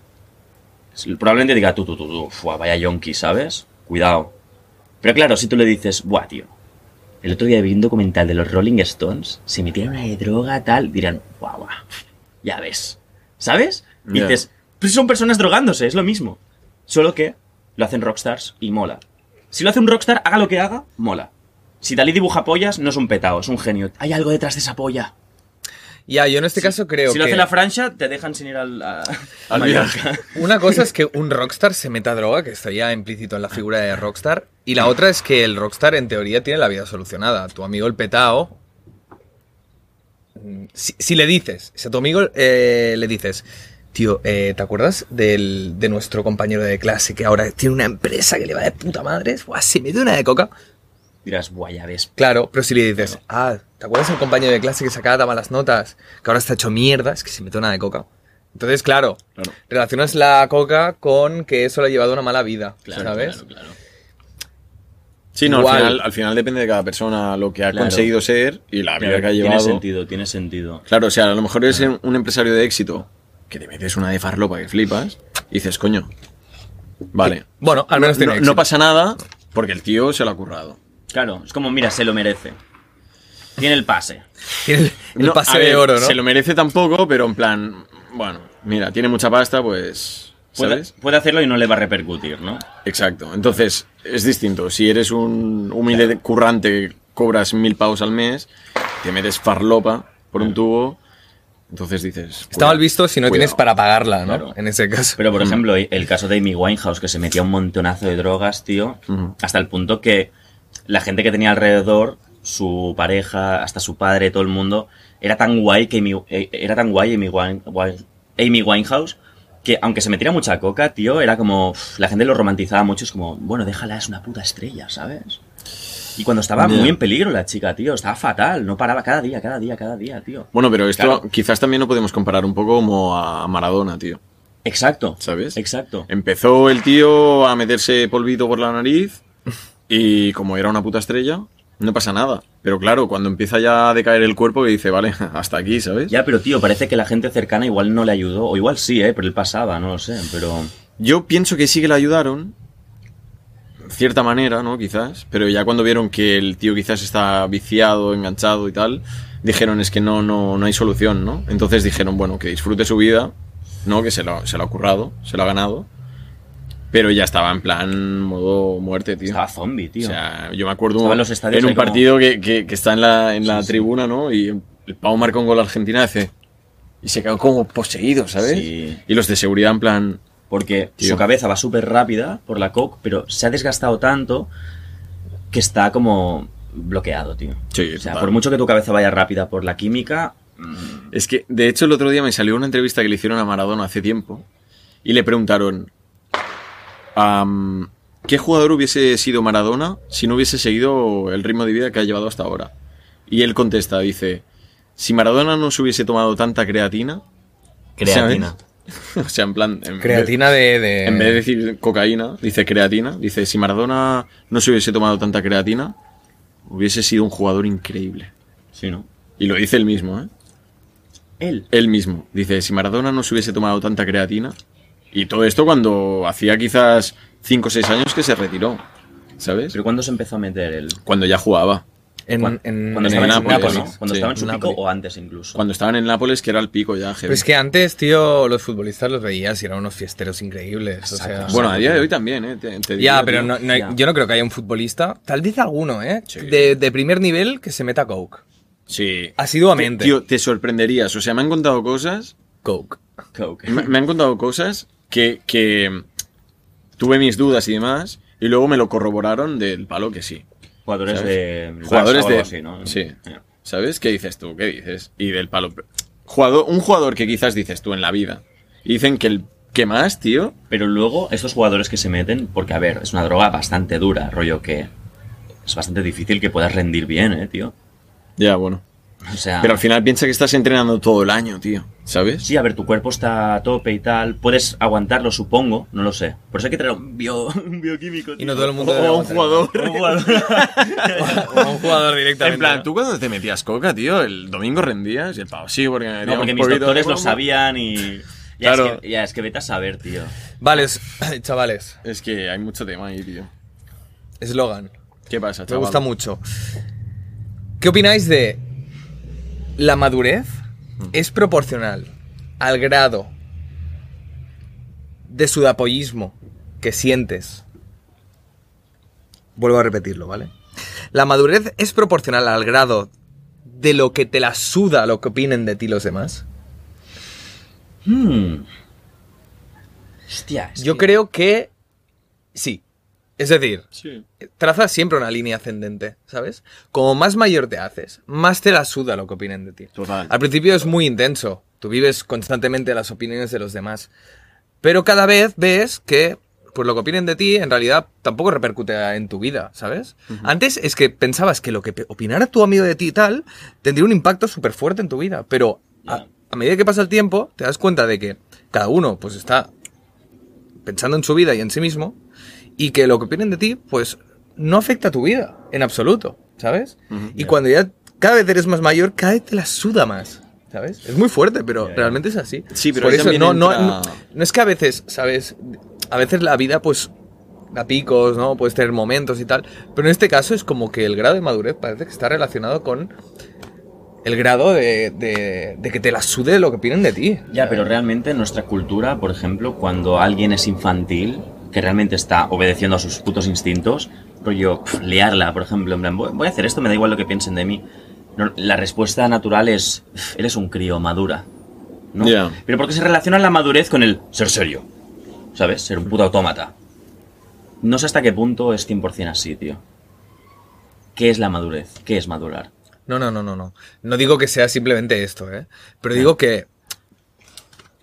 Probablemente diga, tú, tú, tú, tú, fuá, vaya yonki, ¿sabes? Cuidado. Pero claro, si tú le dices, buah, tío, el otro día vi un documental de los Rolling Stones, se metieron una de droga, tal, dirán, guau, guau, ya ves. ¿Sabes? Y Ya. dices, pues son personas drogándose, es lo mismo. Solo que lo hacen rockstars y mola. Si lo hace un rockstar, haga lo que haga, mola. Si Dalí dibuja pollas, no es un petao, es un genio. Hay algo detrás de esa polla. Ya, yo en este caso creo si lo que. hace la Francia, te dejan sin ir al... a- Al a viaje. Mallorca. Una cosa es que un rockstar se meta a droga, que está ya implícito en la figura de rockstar, y la otra es que el rockstar en teoría tiene la vida solucionada. Tu amigo el petao, mm, si, si le dices, si a tu amigo eh, le dices, tío, eh, ¿te acuerdas del- de nuestro compañero de clase que ahora tiene una empresa que le va de puta madres? Buah, se mete una de coca. Dirás, guay, ya ves. Claro, pero si le dices, ah, ¿te acuerdas el compañero de clase que sacaba tan malas notas, que ahora está hecho mierda, es que se metió una de coca? Entonces, claro, Claro. Relacionas la coca con que eso le ha llevado a una mala vida, Claro, ¿sabes? claro, claro. Sí, no, al Igual. final, al final depende de cada persona lo que ha Claro. conseguido ser y la vida que ha Tiene llevado. sentido, tiene sentido. Claro, o sea, a lo mejor eres un empresario de éxito que te metes una de farlopa que flipas y dices, coño, vale. Bueno, al menos tiene No, éxito. no pasa nada porque el tío se lo ha currado. Claro, es como, mira, se lo merece. Tiene el pase. Tiene el, el No, pase a de ver, oro, ¿no? Se lo merece tampoco, pero en plan, bueno, mira, tiene mucha pasta, pues... Puede, ¿Sabes? puede hacerlo y no le va a repercutir, ¿no? Exacto. Entonces, es distinto. Si eres un humilde currante que cobras mil pavos al mes, te metes farlopa por un tubo, entonces dices... Está mal cuidado, visto si no cuidado. tienes para pagarla, ¿no? Claro. En ese caso. Pero, Mm. por ejemplo, el caso de Amy Winehouse, que se metía un montonazo de drogas, tío, Ujú. hasta el punto que la gente que tenía alrededor, su pareja, hasta su padre, todo el mundo, era tan guay que Amy- eh, era tan guay Amy, Wine- Wine- Amy Winehouse que aunque se metiera mucha coca, tío, era como uf, la gente lo romantizaba mucho, es como, bueno, déjala, es una puta estrella, ¿sabes? Y cuando estaba Ya. muy en peligro la chica, tío, estaba fatal, no paraba cada día, cada día, cada día, tío. Bueno, pero esto Claro. quizás también lo podemos comparar un poco como a Maradona, tío. Exacto. ¿Sabes? Exacto. Empezó el tío a meterse polvito por la nariz y como era una puta estrella, no pasa nada. Pero claro, cuando empieza ya a decaer el cuerpo y dice, vale, hasta aquí, ¿sabes? Ya, pero tío, parece que la gente cercana igual no le ayudó. O igual sí, ¿eh? Pero él pasaba, no lo sé. Pero Yo pienso que sí que le ayudaron, en cierta manera, ¿no? Quizás. Pero ya cuando vieron que el tío quizás está viciado, enganchado y tal, dijeron, es que no, no, no hay solución, ¿no? Entonces dijeron, bueno, que disfrute su vida, ¿no? Que se lo, se lo ha currado, se lo ha ganado. Pero ya estaba en plan modo muerte, tío. estaba zombie, tío. O sea, yo me acuerdo Estaba en, en los estadios un ahí como- partido que, que- que está en la, en la Sí, sí. tribuna, ¿no? Y el Pau marca un gol a Argentina hace, y se quedó como poseído, ¿sabes? Sí. Y los de seguridad en plan... porque Tío. su cabeza va súper rápida por la coke, pero se ha desgastado tanto que está como bloqueado, tío. Sí, o sea, total. por mucho que tu cabeza vaya rápida por la química, mm, Es que, de hecho, el otro día me salió una entrevista que le hicieron a Maradona hace tiempo y le preguntaron am, qué jugador hubiese sido Maradona si no hubiese seguido el ritmo de vida que ha llevado hasta ahora. Y él contesta, dice, si Maradona no se hubiese tomado tanta creatina, creatina. o sea, en plan... en vez- Creatina eh. de. de- en vez de decir cocaína, dice creatina. Dice, si Maradona no se hubiese tomado tanta creatina, hubiese sido un jugador increíble. Sí, ¿no? Y lo dice él mismo, ¿eh? Él. Él mismo. Dice, si Maradona no se hubiese tomado tanta creatina. Y todo esto cuando hacía quizás 5 o 6 años que se retiró. ¿Sabes? ¿Pero cuándo se empezó a meter él? Cuando ya jugaba. en, Cuan- en- cuando en estaba en, su Nápoles, pico, ¿no? sí. Cuando estaba en su Nápoles. pico o antes incluso. Cuando estaban en Nápoles, que era el pico ya. heavy. Pero Pues es que antes, tío, los futbolistas los veías y eran unos fiesteros increíbles. O Exacto. sea, Bueno, a día de hoy también, ¿eh? Te- te diría, Ya, pero tío. no- no hay- ya. yo no creo que haya un futbolista, tal vez alguno, ¿eh? Sí. De, de primer nivel que se meta Coke. Sí. Asiduamente. Tío, te sorprenderías. O sea, me han contado cosas Coke. Coke. Me, me han contado cosas que, que tuve mis dudas y demás, y luego me lo corroboraron del palo que sí. Jugadores ¿Sabes? de. Barça Jugadores o algo de- así, ¿no? sí. Ya. ¿Sabes? ¿Qué dices tú? ¿Qué dices? Y del palo. Jugador, un jugador que quizás dices tú en la vida. Y dicen que el que más, tío. Pero luego, estos jugadores que se meten, porque a ver, es una droga bastante dura, rollo que es bastante difícil que puedas rendir bien, eh, tío. Ya, bueno. O sea, Pero al final piensa que estás entrenando todo el año, tío. ¿Sabes? sí, a ver, tu cuerpo está a tope y tal, puedes aguantarlo, supongo, no lo sé. Por eso hay que traer un, bio, un bioquímico. Y tío. no todo el O mundo. debe un aguantar. jugador. Un jugador. O un jugador directamente. En plan, ¿no? tú cuando te metías coca, tío, el domingo rendías y el pavo, sí, porque me metía No, porque un mis poquito de doctores lo bomba. sabían y. Ya, Claro. es que, ya, es que vete a saber, tío. Vale, es- chavales, Es que hay mucho tema ahí, tío. eslogan. ¿Qué pasa, Me chaval? gusta mucho. ¿Qué opináis de la madurez es proporcional al grado de sudapollismo que sientes? Vuelvo a repetirlo, ¿vale? La madurez es proporcional al grado de lo que te la suda lo que opinen de ti los demás. Hmm. Hostia, es Yo que- creo que sí. Es decir, Sí. trazas siempre una línea ascendente, ¿sabes? Como más mayor te haces, más te la suda lo que opinen de ti. Total. Al principio es muy intenso, tú vives constantemente las opiniones de los demás, pero cada vez ves que pues lo que opinen de ti en realidad tampoco repercute en tu vida, ¿sabes? Antes es que pensabas que lo que pe- opinara tu amigo de ti y tal tendría un impacto súper fuerte en tu vida, pero a, Ya. a medida que pasa el tiempo te das cuenta de que cada uno pues está pensando en su vida y en sí mismo y que lo que opinen de ti, pues no afecta a tu vida en absoluto, ¿sabes? Ujú, y cuando ya cada vez eres más mayor, cada vez te la suda más. ¿Sabes? Es muy fuerte, pero Ya, ya. realmente es así. Sí, pero Por ahí eso también no, no, entra- no, no es que a veces, ¿sabes? A veces la vida, pues, a picos, ¿no? Puedes tener momentos y tal. Pero en este caso es como que el grado de madurez parece que está relacionado con el grado de, de- de que te la sude lo que piden de ti. Ya, pero realmente en nuestra cultura, por ejemplo, cuando alguien es infantil, que realmente está obedeciendo a sus putos instintos, rollo pf, liarla, por ejemplo, en plan, voy voy a hacer esto, me da igual lo que piensen de mí. No, La respuesta natural es, "Pf, eres un crío, madura. ¿no? Ya. Pero porque se relaciona la madurez con el ser serio, ¿sabes? Ser un puto autómata. No sé hasta qué punto es 100% así, tío. ¿Qué es la madurez? ¿Qué es madurar? No, no, no, no, no. No digo que sea simplemente esto, ¿eh? Pero digo que,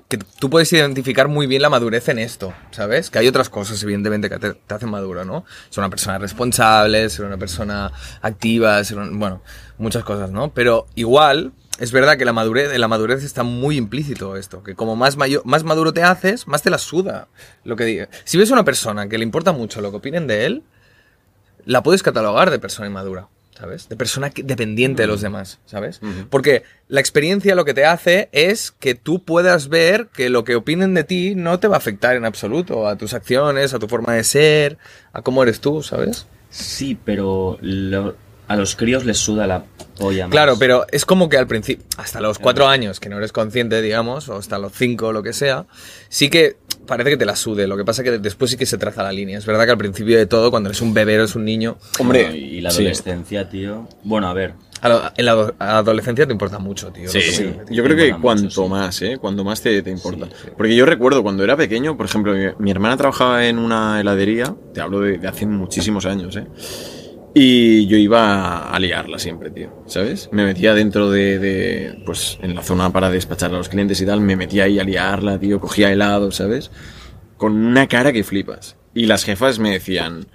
que tú puedes identificar muy bien la madurez en esto, ¿sabes? Que hay otras cosas, evidentemente, que te, te hacen maduro, ¿no? Ser una persona responsable, ser una persona activa, ser un- bueno, muchas cosas, ¿no? Pero igual, es verdad que la madurez, en la madurez está muy implícito esto, que como más, mayo- más maduro te haces, más te la suda lo que diga. Si ves a una persona que le importa mucho lo que opinen de él, la puedes catalogar de persona inmadura, ¿sabes? De persona que- dependiente de los demás, ¿sabes? Porque la experiencia lo que te hace es que tú puedas ver que lo que opinen de ti no te va a afectar en absoluto a tus acciones, a tu forma de ser, a cómo eres tú, ¿sabes? Sí, pero lo- a los críos les suda la polla. más. Claro, pero es como que al principio, hasta los cuatro años que no eres consciente, digamos, o hasta los cinco, lo que sea, sí que parece que te la sude. Lo que pasa que después sí que se traza la línea. Es verdad que al principio de todo, cuando eres un bebé, eres un niño, Hombre, Bueno, y la sí. adolescencia, tío. Bueno, a ver. a la, en la ado- a la adolescencia te importa mucho, tío. lo Sí, que sí. opinen de ti. yo creo Te que mola cuanto mucho, sí. más, ¿eh? Cuanto más te, te importa. Sí, sí. Porque yo recuerdo cuando era pequeño, por ejemplo, mi, mi hermana trabajaba en una heladería, te hablo de, de hace muchísimos años, ¿eh? Y yo iba a liarla siempre, tío, ¿sabes? Me metía dentro de, de, pues, en la zona para despachar a los clientes y tal, me metía ahí a liarla, tío, cogía helado, ¿sabes? Con una cara que flipas. Y las jefas me decían,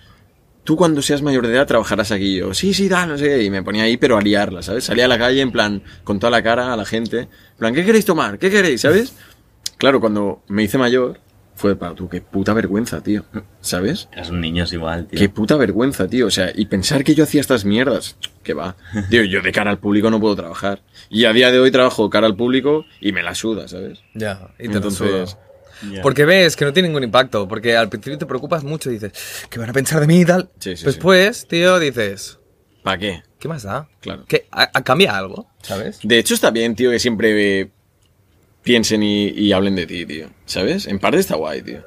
tú cuando seas mayor de edad trabajarás aquí. Y yo, sí, sí, da, no sé. qué. Y me ponía ahí, pero a liarla, ¿sabes? Salía a la calle, en plan, con toda la cara a la gente. En plan, ¿qué queréis tomar? ¿Qué queréis? ¿Sabes? Claro, cuando me hice mayor, fue para tú, qué puta vergüenza, tío. ¿Sabes? Eras un niño es igual, tío. Qué puta vergüenza, tío. O sea, y pensar que yo hacía estas mierdas. Que va. Tío, yo de cara al público no puedo trabajar. Y a día de hoy trabajo cara al público y me la suda, ¿sabes? Ya, y te lo Entonces, suda. Ya. Porque ves que no tiene ningún impacto, porque al principio te preocupas mucho y dices, ¿qué van a pensar de mí y tal? Sí, sí, Después, tío, dices, ¿para qué? ¿qué más da? Claro. ¿Qué, a- a- ¿Cambia algo? ¿Sabes? De hecho, está bien, tío, que siempre eh, piensen y, y hablen de ti, tío. ¿Sabes? En parte está guay, tío.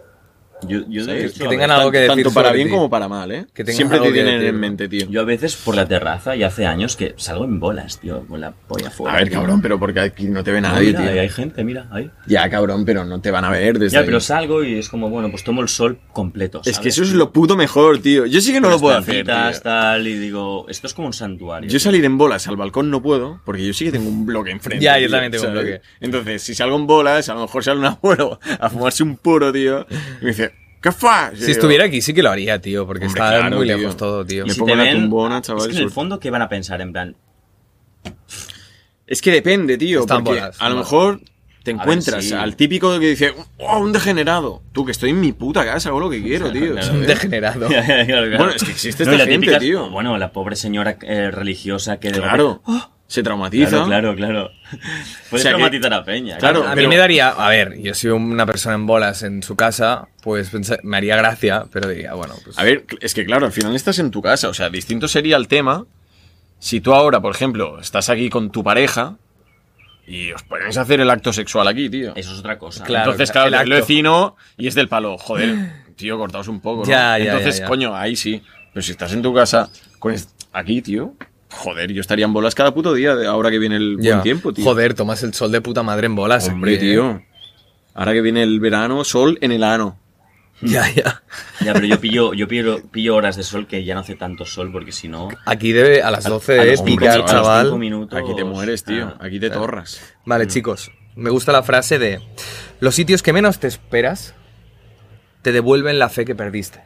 Yo, yo de ¿Sabes? hecho, que a tengan veces- algo que decir Tanto para sobre bien ti. como para mal, ¿eh? Que tengan siempre te algo que tienen decir, en ¿no? mente, tío. Yo a veces por la terraza y hace años que salgo en bolas, tío, con la polla fuera. A ver, tío. cabrón, pero porque aquí no te ve No, nadie, mira, ahí tío. hay gente, mira, ahí. Ya, cabrón, pero no te van a ver desde Ya, ahí. pero salgo y es como, bueno, pues tomo el sol completo. Es ¿sabes? que eso es lo puto mejor, tío. Yo sí que no Con lo las puedo hacer, plantitas, tío. tal, y digo, esto es como un santuario. Yo salir en bolas al balcón no puedo, porque yo sí que tengo un bloque enfrente. Ya, yo tío, también tengo un ¿sabes? bloque. Entonces, si salgo en bolas, a lo mejor sale un abuelo a fumarse un puro, tío. Y me dice, ¿qué fa? Yo Si digo, estuviera aquí sí que lo haría, tío, porque Hombre, está claro, muy tío. lejos todo, tío. Y me si pongo te la ven- tumbona, Es chaval, que en el sur. fondo, ¿qué van a pensar? En plan, Es que depende, tío. Están porque bolas, a lo vale. mejor te A ver, encuentras sí. al típico que dice, ¡oh, un degenerado! Tú, que estoy en mi puta casa, hago lo que quiero, tío. Claro. ¿eh? Un degenerado. bueno, Bueno, es que existe esta gente, tío. Bueno, la pobre señora eh, religiosa que de Claro, se traumatiza. Claro, claro, claro. Puedes sea que- traumatizar a Peña. Claro, a mí pero- me daría, a ver, yo soy una persona en bolas en su casa, pues pensa- me haría gracia, pero diría, bueno, pues... A ver, cl- es que claro, al final estás en tu casa. O sea, distinto sería el tema si tú ahora, por ejemplo, estás aquí con tu pareja y os ponéis a hacer el acto sexual aquí, tío. Eso es otra cosa. Claro. Entonces, claro, el te lo acto. vecino y es del palo. Joder, tío, cortaos un poco, ¿no? Ya, ya, ya, Entonces, ya. coño, ahí sí. Pero si estás en tu casa con est- aquí, tío, joder, yo estaría en bolas cada puto día de- ahora que viene el ya. buen tiempo, tío. Joder, tomas el sol de puta madre en bolas. Hombre, aquí, ¿eh? tío. Ahora que viene el verano, sol en el ano. Ya, ya. Ya, pero yo pillo, yo pillo, pillo horas de sol que ya no hace tanto sol porque si no. Aquí debe a las 12 a los es cinco- picar, a los chaval. cinco minutos- Aquí te mueres, tío. Ah, Aquí te torras. Vale, chicos, me gusta la frase de los sitios que menos te esperas te devuelven la fe que perdiste.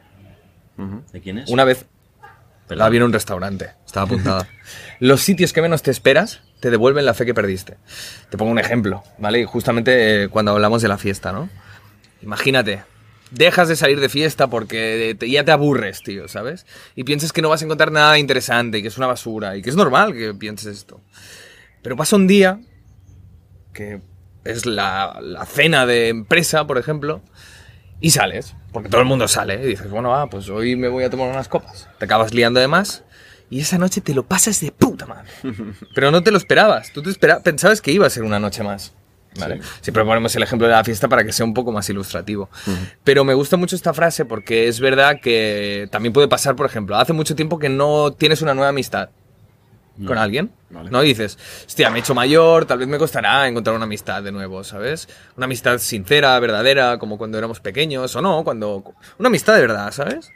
Ujú. ¿De quién es? Una vez Perdón. la vi en un restaurante, estaba apuntada. los sitios que menos te esperas te devuelven la fe que perdiste. Te pongo un ejemplo, ¿vale? Y justamente eh, cuando hablamos de la fiesta, ¿no? Imagínate, dejas de salir de fiesta porque te- ya te aburres, tío, ¿sabes? Y piensas que no vas a encontrar nada interesante y que es una basura y que es normal que pienses esto. Pero pasa un día que es la, la cena de empresa, por ejemplo, y sales, porque todo el mundo sale, y dices, bueno, ah, pues hoy me voy a tomar unas copas. Te acabas liando además, y esa noche te lo pasas de puta madre. Pero no te lo esperabas, tú te espera- pensabas que iba a ser una noche más. ¿vale? Sí. Siempre ponemos el ejemplo de la fiesta para que sea un poco más ilustrativo. Pero me gusta mucho esta frase porque es verdad que también puede pasar, por ejemplo, hace mucho tiempo que no tienes una nueva amistad con alguien. Vale. No dices, hostia, me he hecho mayor, tal vez me costará encontrar una amistad de nuevo, ¿sabes? Una amistad sincera, verdadera, como cuando éramos pequeños o no, cuando. Una amistad de verdad, ¿sabes?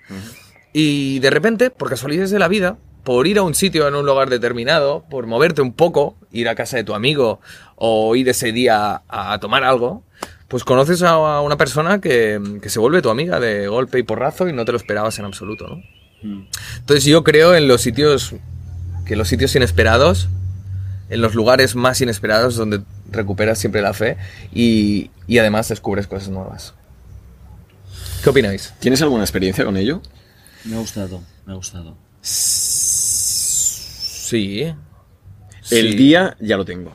Y de repente, por casualidades de la vida, por ir a un sitio en un lugar determinado, por moverte un poco, ir a casa de tu amigo o ir ese día a, a tomar algo, pues conoces a, a una persona que, que se vuelve tu amiga de golpe y porrazo y no te lo esperabas en absoluto, ¿no? Entonces yo creo en los sitios que los sitios inesperados, en los lugares más inesperados donde recuperas siempre la fe y, y además descubres cosas nuevas. ¿Qué opináis? ¿Tienes alguna experiencia con ello? Me ha gustado, me ha gustado. Sí. El día ya lo tengo.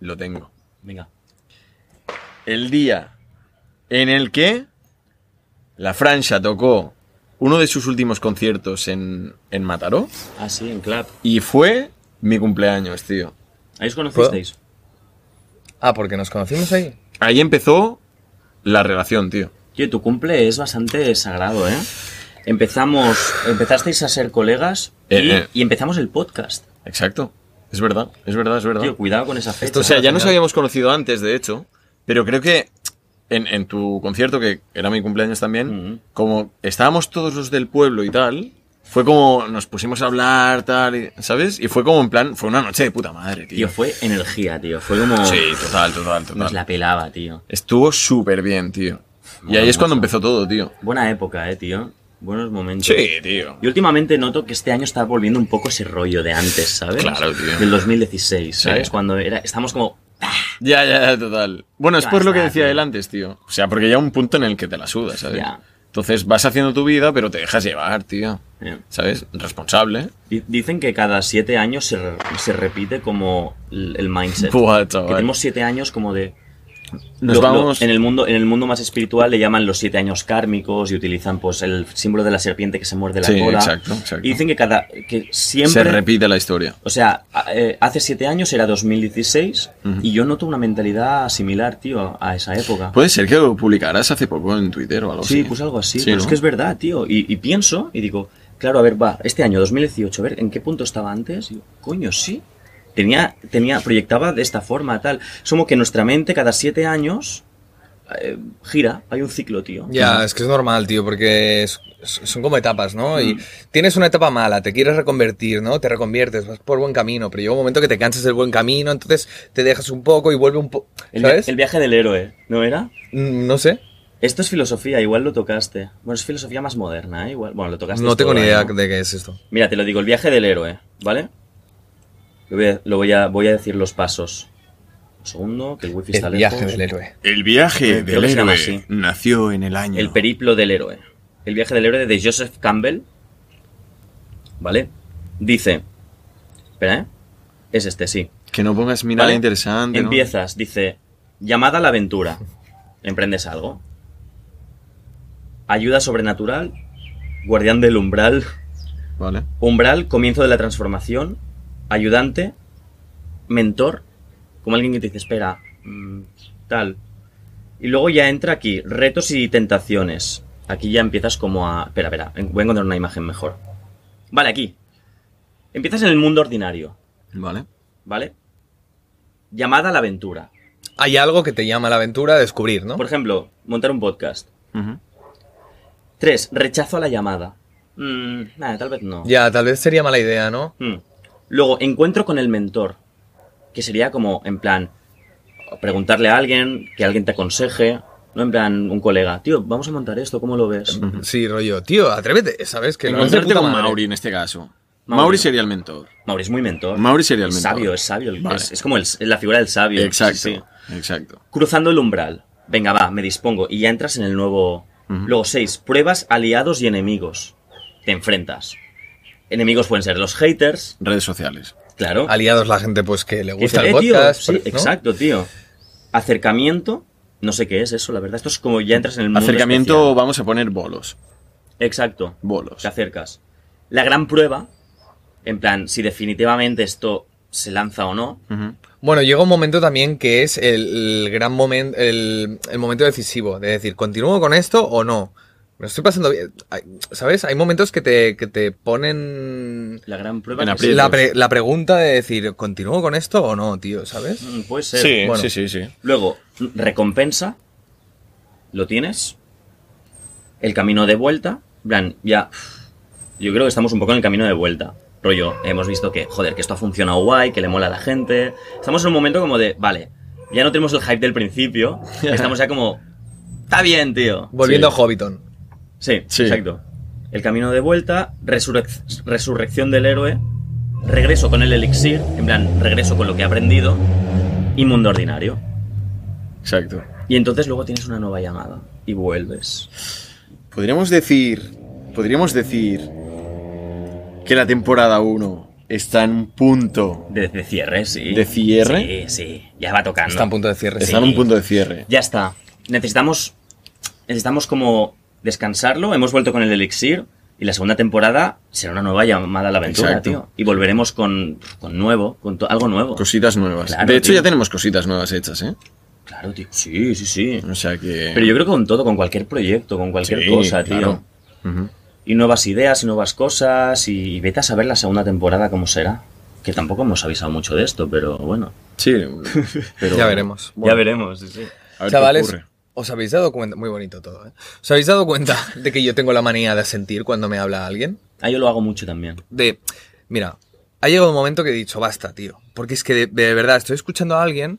Lo tengo. Venga. El día en el que la Francia tocó uno de sus últimos conciertos en, en Mataró Ah, sí, en Clap. y fue mi cumpleaños, tío. Ahí os conocisteis. Ah, porque nos conocimos ahí. Ahí empezó la relación, tío. Tío, tu cumple es bastante sagrado, ¿eh? Empezamos, empezasteis a ser colegas y, Eh, eh. y empezamos el podcast. Exacto. Es verdad, es verdad, es verdad. Tío, cuidado con esa fecha. o sea, ya nos genial. habíamos conocido antes, de hecho, pero creo que en, en tu concierto, que era mi cumpleaños también, Ujú. como estábamos todos los del pueblo y tal, fue como nos pusimos a hablar, tal, y- ¿sabes? Y fue como en plan, fue una noche de puta madre, tío. Tío, fue energía, tío. Fue como... Sí, total, total, Nos total. Ah. la pelaba, tío. Estuvo súper bien, tío. Y Mola ahí es cuando mucho. empezó todo, tío. Buena época, ¿eh, tío? Buenos momentos. Sí, tío. Y últimamente noto que este año está volviendo un poco ese rollo de antes, ¿sabes? Claro, tío. Del 2016, ¿sabes? Sí. Cuando era, estamos como... Ya, ya, ya, total. Bueno, es Ya por lo que está, decía tío. él antes, tío. O sea, porque ya un punto en el que te la sudas, ¿sabes? Ya. Entonces vas haciendo tu vida, pero te dejas llevar, tío. eh, ¿Sabes? Responsable. di- Dicen que cada siete años se, re- se repite como el, el mindset. Buah, que chaval. tenemos siete años como de... Nos Lo- lo- vamos. en, el mundo, en el mundo más espiritual le llaman los siete años kármicos y utilizan pues el símbolo de la serpiente que se muerde la Sí, cola. exacto, exacto. Y dicen que cada que Se siempre repite la historia. O sea, a- eh, hace siete años era 2016 Ujú. y yo noto una mentalidad similar, tío, a esa época. Puede ser que lo publicarás hace poco en Twitter o algo sí, así. pues algo así. Oh, Sí, pero es ¿no? que es verdad, tío. Y, y pienso y digo, claro, a ver, va, este año 2018, a ver, ¿en qué punto estaba antes? Y digo, coño, sí. Tenía, tenía, proyectaba de esta forma, tal. Es como que nuestra mente cada siete años eh, gira, hay un ciclo, tío. Ya, es que es normal, tío, porque es- es- son como etapas, ¿no? Y tienes una etapa mala, te quieres reconvertir, ¿no? Te reconviertes, vas por buen camino, pero llega un momento que te cansas del buen camino, entonces te dejas un poco y vuelve un poco, El, vi- ¿sabes? el viaje del héroe, ¿no era? Mm, No sé, Esto es filosofía, igual lo tocaste. Bueno, es filosofía más moderna, ¿eh? Igual, bueno, lo tocaste. no tengo todo, ¿eh? ni idea ¿no? de qué es esto. Mira, te lo digo, el viaje del héroe, ¿vale? Lo voy a, lo voy a, voy a decir los pasos. Un segundo, que el wifi está El viaje lejos. del héroe. El viaje Creo que se llama así. nació en el año. El periplo del héroe. El viaje del héroe de Joseph Campbell. ¿Vale? Dice. Espera, ¿eh? Es este, sí. que no pongas mirada Vale. interesante. ¿no? Empiezas, dice. Llamada a la aventura. Emprendes algo. Ayuda sobrenatural. Guardián del umbral. Vale. Umbral, comienzo de la transformación, ayudante, mentor, como alguien que te dice, espera, mm, tal. Y luego ya entra aquí, retos y tentaciones. Aquí ya empiezas como a... Espera, espera, en- voy a encontrar una imagen mejor. Vale, aquí. Empiezas en el mundo ordinario, Vale. ¿vale? Llamada a la aventura. Hay algo que te llama a la aventura a descubrir, ¿no? Por ejemplo, montar un podcast. Ujú. Tres, Rechazo a la llamada. Mm, nada, tal vez no. Ya, tal vez sería mala idea, ¿no? Hmm. Mm. Luego, encuentro con el mentor, que sería como, en plan, preguntarle a alguien, que alguien te aconseje, no en plan, un colega, tío, vamos a montar esto, ¿cómo lo ves? Sí, rollo, tío, atrévete, ¿sabes? Que lo haces de Encontrarte puta con madre. Mauri en este caso. Mauri. Mauri, sería el mentor. Mauri es muy mentor. Mauri sería el Es mentor. Sabio, es sabio, el- Vale. es, es como el- la figura del sabio. sí, Exacto. sí. Exacto. Cruzando el umbral. Venga, va, me dispongo. Y ya entras en el nuevo. Ujú. Luego, seis, pruebas, aliados y enemigos. Te enfrentas. Enemigos pueden ser los haters, Redes sociales. Claro. Aliados la gente pues que le gusta Dice, el "Eh, tío, podcast. sí, ¿no? exacto, tío. Acercamiento, no sé qué es eso, la verdad. Esto es como ya entras en el mundo Acercamiento, especial. vamos a poner bolos. Exacto. Bolos. Te acercas. La gran prueba, en plan, si definitivamente esto se lanza o no. Ujú. Bueno, llega un momento también que es el, el gran momento, el, el momento decisivo, de decir, ¿continúo con esto o no? Me lo estoy pasando bien. Ay, ¿Sabes? Hay momentos que te, que te ponen La gran prueba En que aprietos. la, pre- la pregunta de decir, ¿continúo con esto o no, tío? ¿Sabes? se- Mm, Puede ser. Sí, bueno. sí, sí, sí. Luego, recompensa. Lo tienes. El camino de vuelta. en plan, ya. Yo creo que estamos un poco en el camino de vuelta. Rollo, hemos visto que, joder, que esto ha funcionado guay, que le mola a la gente. Estamos en un momento como de, vale, ya no tenemos el hype del principio. Estamos ya como, está bien, tío. Volviendo Sí. a Hobbiton. Sí, Sí. exacto. El camino de vuelta, resurrec- resurrección del héroe, regreso con el elixir, en plan, regreso con lo que he aprendido, y mundo ordinario. Exacto. Y entonces luego tienes una nueva llamada y vuelves. Podríamos decir. Podríamos decir. Que la temporada 1 está en un punto. De, de cierre, sí. ¿De cierre? Sí, sí. Ya va tocando. Está en punto de cierre. Está en un punto de cierre. Ya está. Necesitamos. Necesitamos como descansarlo. Hemos vuelto con el elixir. Y la segunda temporada será una nueva llamada a la aventura, Exacto. Pues tío. Y volveremos con, con nuevo, con to- algo nuevo. Cositas nuevas. Claro, de hecho, tío. ya tenemos cositas nuevas hechas, ¿eh? Claro, tío. Sí, sí, sí. O sea que. Pero yo creo que con todo, con cualquier proyecto, con cualquier Sí, cosa, tío. claro. Ujú. Y nuevas ideas y nuevas cosas. Y vete a saber la segunda temporada cómo será. Que tampoco hemos avisado mucho de esto, pero bueno. Sí, pero. Ya veremos. ya veremos, sí, sí. a ver qué Chavales, ocurre. ¿os habéis dado cuenta? Muy bonito todo, ¿eh? ¿Os habéis dado cuenta de que yo tengo la manía de sentir cuando me habla alguien? Ah, yo lo hago mucho también. de, mira, ha llegado un momento que he dicho, basta, tío. Porque es que de, de verdad estoy escuchando a alguien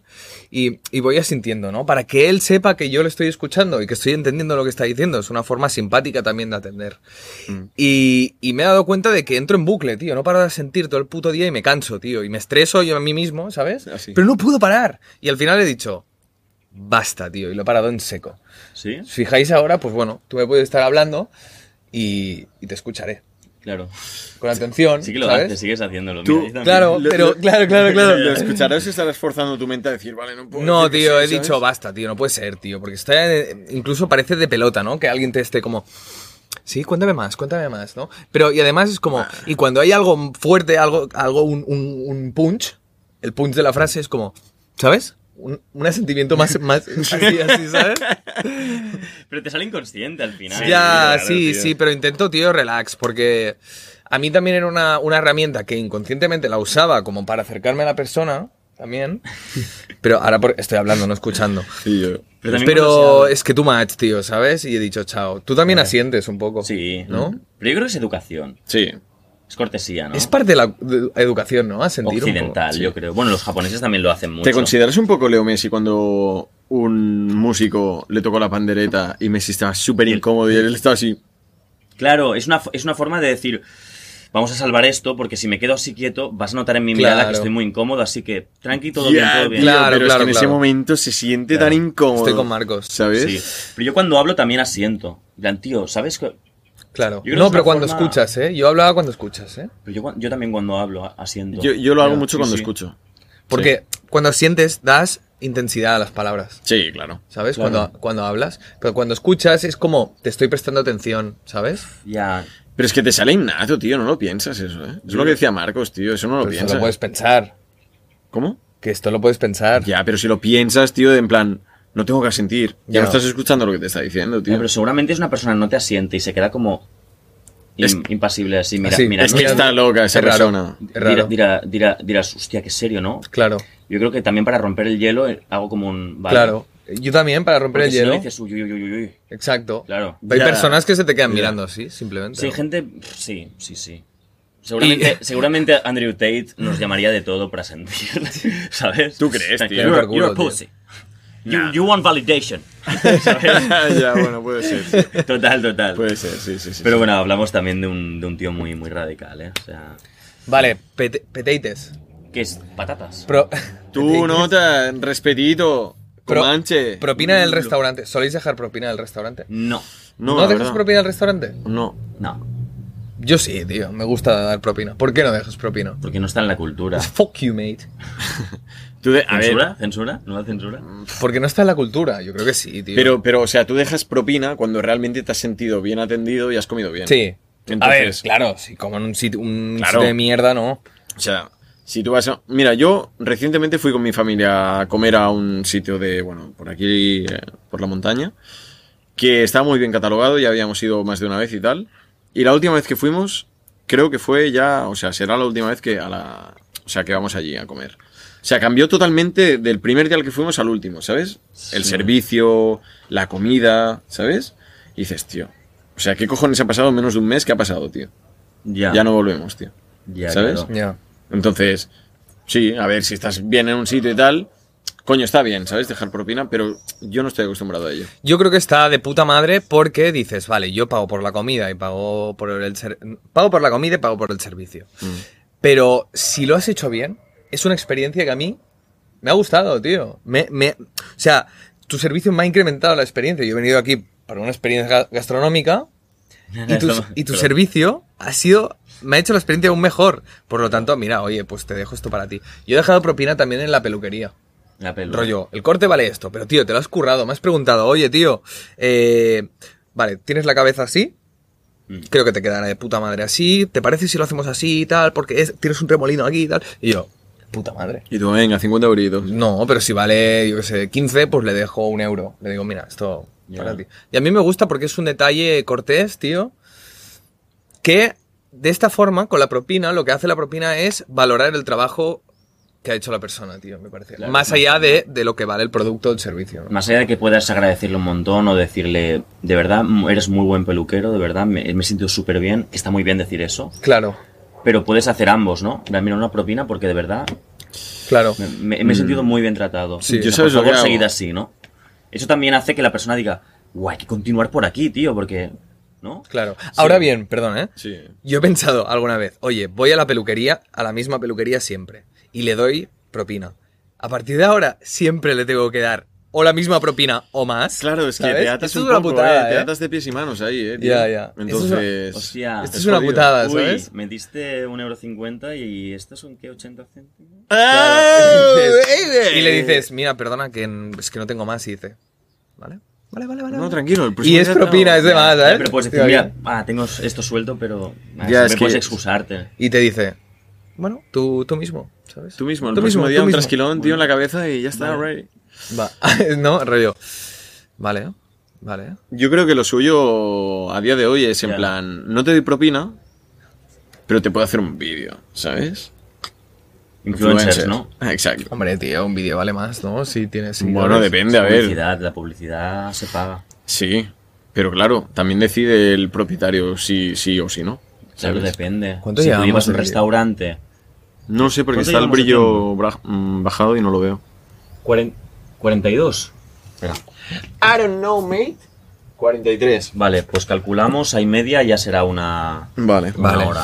y, y voy asintiendo, ¿no? Para que él sepa que yo le estoy escuchando y que estoy entendiendo lo que está diciendo. Es una forma simpática también de atender. Mm. Y, y me he dado cuenta de que entro en bucle, tío. No paro de sentir todo el puto día y me canso, tío. Y me estreso yo a mí mismo, ¿sabes? Ah, Así. Pero no puedo parar. Y al final he dicho, basta, tío. Y lo he parado en seco. ¿Sí? Si os fijáis ahora, pues bueno, tú me puedes estar hablando y, y te escucharé. Claro. Con atención. Sí que lo ¿sabes? haces, sigues haciéndolo. Tú- mira, yo también. Claro, Lo- pero lo- claro, claro, claro. Lo escucharás y estarás forzando tu mente a decir, vale, no puedo. No, decir que tío, he sí, ¿sabes? dicho basta, tío, no puede ser, tío, porque está eh, incluso parece de pelota, ¿no? Que alguien te esté como Sí, cuéntame más, cuéntame más, ¿no? Pero y además es Ah. como y cuando hay algo fuerte, algo algo un, un- un punch, el punch de la frase es como, ¿sabes? Un, un asentimiento más más así, así, ¿sabes? Pero te sale inconsciente al final. ya, claro, sí, tío. sí, pero intento, tío, relax, porque a mí también era una, una herramienta que inconscientemente la usaba como para acercarme a la persona, también. Pero ahora por- estoy hablando, no escuchando. Sí, yo. Pero Pero, también cuando se es que tú match, tío, ¿sabes? Y he dicho chao. Tú también asientes un poco. Sí. ¿No? Pero yo creo que es educación. Sí. Es cortesía, ¿no? Es parte de la de- educación, ¿no? Asentir Occidental, un poco. yo creo. Bueno, los japoneses también lo hacen mucho. ¿Te consideras un poco Leo Messi cuando un músico le tocó la pandereta y Messi estaba súper incómodo y él estaba así? Claro, es una, es una forma de decir, vamos a salvar esto, porque si me quedo así quieto, vas a notar en mi mirada Claro. que estoy muy incómodo, así que tranqui, todo "Ya, bien, todo bien. tío", Claro, claro, pero es que en claro. ese momento se siente Claro. tan incómodo. Estoy con Marcos. ¿Sabes? Sí. Pero yo cuando hablo también asiento. En plan, tío, ¿sabes? qué? Claro. creo que no, es pero una cuando forma- escuchas, ¿eh? Yo hablaba cuando escuchas, ¿eh? Pero yo, cua- yo también cuando hablo a- asiento. Yo, yo lo hago Ya, mucho sí, cuando sí. escucho. Porque cuando sientes, das intensidad a las palabras. Sí, claro. ¿Sabes? Claro. Cuando, cuando hablas. Pero cuando escuchas es como, te estoy prestando atención, ¿sabes? Ya, Pero es que te sale innato, tío, no lo piensas eso, ¿eh? Es lo que decía Marcos, tío, eso no lo Pero esto piensas. lo puedes pensar. ¿Cómo? Que esto lo puedes pensar. Ya, pero si lo piensas, tío, de en plan, no tengo que sentir. Ya Ya. no estás escuchando lo que te está diciendo, tío. Eh, pero seguramente es una persona que no te asiente y se queda como im- Es- impasible así, mira, Así, mira, es que mira, está loca esa Es raro. persona. Es dirá- raro. dirá- dirá- dirás, hostia, qué serio, ¿no? Claro, Yo creo que también para romper el hielo eh, hago como un... vale. claro. Yo también, para romper Porque el si no hielo. dices, uy, uy, uy, uy, uy. Exacto. Claro. Hay Ya. personas que se te quedan Ya. mirando así, simplemente. Sí, hay gente... Sí, sí, sí. Seguramente, seguramente Andrew Tate nos llamaría de todo para sentir, ¿sabes? ¿Tú crees, tío? You're, Por culo, you're a tío. pussy. You, you want validation. ¿Sabes? ya, bueno, puede ser. sí. Total, total. Puede ser, sí, sí, sí. Pero Pues, sí. bueno, hablamos también de un, de un tío muy, muy radical, ¿eh? O sea... Vale, pete- peteites. ¿Qué es? ¿Patatas? Pro- Tú, nota, respetito, Pro- comanche. Mm. propina del restaurante. ¿Soléis dejar propina del restaurante? No, no, ¿No, la dejas verdad. propina del restaurante? No. no. Yo sí, tío, me gusta dar propina. ¿Por qué no dejas propina? Porque no está en la cultura. Fuck you, mate. Tú de- a ver, ¿Censura? ¿Censura? ¿No la censura? Porque no está en la cultura, yo creo que sí, tío. pero, pero, o sea, tú dejas propina cuando realmente te has sentido bien atendido y has comido bien. Sí. a ver, Entonces- claro, si como en un sitio, un Claro. sitio de mierda, no. O sea, si tú vas a... Mira, yo recientemente fui con mi familia a comer a un sitio de, bueno, por aquí, eh, por la montaña, que estaba muy bien catalogado, ya habíamos ido más de una vez y tal. Y la última vez que fuimos, creo que fue ya, o sea, será la última vez que a la... O sea, que vamos allí a comer. O sea, cambió totalmente del primer día al que fuimos al último, ¿sabes? El Sí. servicio, la comida, ¿sabes? Y dices, tío. O sea, ¿qué cojones ha pasado en menos de un mes? ¿Qué ha pasado, tío? Ya. Ya no volvemos, tío. Ya, ¿sabes? claro. Ya. Entonces, sí, a ver, si estás bien en un sitio y tal, coño, está bien, ¿sabes? Dejar propina, pero yo no estoy acostumbrado a ello. Yo creo que está de puta madre porque dices, vale, yo pago por la comida y pago por el ser- pago por la comida y pago por el servicio. Mm. Pero si lo has hecho bien, es una experiencia que a mí me ha gustado, tío. Me, me- o sea, tu servicio me ha incrementado la experiencia. Yo he venido aquí para una experiencia ga- gastronómica y tu, y tu Pero- servicio ha sido me ha hecho la experiencia aún mejor. Por lo tanto, mira, oye, pues te dejo esto para ti. Yo he dejado propina también en la peluquería. La pelu. Rollo, el corte vale esto, pero tío, te lo has currado, me has preguntado, oye, tío, eh, vale, tienes la cabeza así, creo que te quedará de puta madre así, ¿te parece si lo hacemos así y tal? Porque es- tienes un remolino aquí y tal. Y yo, puta madre. Y tú, venga, 50 euritos. No, pero si vale, yo qué sé, 15, pues le dejo un euro. Le digo, mira, esto Ya. para ti. Y a mí me gusta porque es un detalle cortés, tío, que de esta forma, con la propina, lo que hace la propina es valorar el trabajo que ha hecho la persona, tío, me parece. Claro, más más allá de, de lo que vale el producto o el servicio. ¿no? Más allá de que puedas agradecerle un montón o decirle, de verdad, mm, eres muy buen peluquero, de verdad, me, me he sentido súper bien, que está muy bien decir eso, Claro, pero puedes hacer ambos, ¿no? Dame una propina porque de verdad claro. me, me- me he sentido muy bien tratado. Sí. O Mm. Yo sea, sabes lo por que favor, hago. seguid así, ¿no? Eso también hace que la persona diga, guau, hay que continuar por aquí, tío, porque, ¿no? Claro. Ahora bien, perdón, ¿eh? Sí. Yo he pensado alguna vez, oye, voy a la peluquería, a la misma peluquería siempre, y le doy propina. A partir de ahora, siempre le tengo que dar o la misma propina o más. Claro, es que ¿sabes? te atas Esto un es una poco, putada, eh, te ¿eh? atas de pies y manos ahí, eh. tío. Ya, ya. Entonces... Hostia. Esto Esto es es una jodido. putada, Uy, ¿sabes? me diste un euro cincuenta y ¿estos son qué? ¿80 céntimos? ¡Ah, baby! Y le dices, mira, perdona, que n- es que no tengo más, y dice, ¿vale? Vale, vale, vale. No, vale". tranquilo. el Y próximo es día te propina, hago- es de más, ¿sabes? Ya, Eh, Pero puedes decir, Digo, mira, "Oye". ah, tengo esto suelto, pero ah, Ya, me es que- puedes excusarte. Y te dice, bueno, tú, tú mismo, ¿sabes? Tú mismo, el próximo día tú un mismo. trasquilón, tío, en la cabeza y ya está, Vale. right. Va. no, rollo. Vale, vale. Yo creo que lo suyo a día de hoy es en Ya. plan, no te doy propina, pero te puedo hacer un vídeo, ¿sabes? Influencers, ¿no? Ah, Exacto. Hombre, tío, un vídeo vale más, ¿no? Si tienes. Bueno, seguidores. depende, a La ver. publicidad, la publicidad se paga. Sí, pero claro, también decide el propietario si sí o si no. Claro, ¿sabes? depende. ¿Cuánto si tú llevamos llevas de un vídeo? restaurante, No sé porque ¿Cuánto está el llevamos de brillo bra- mm, bajado y no lo veo. cuaren- 42. I don't know, mate. 43. Vale, pues calculamos, a y media ya será una, Vale. una Vale. hora.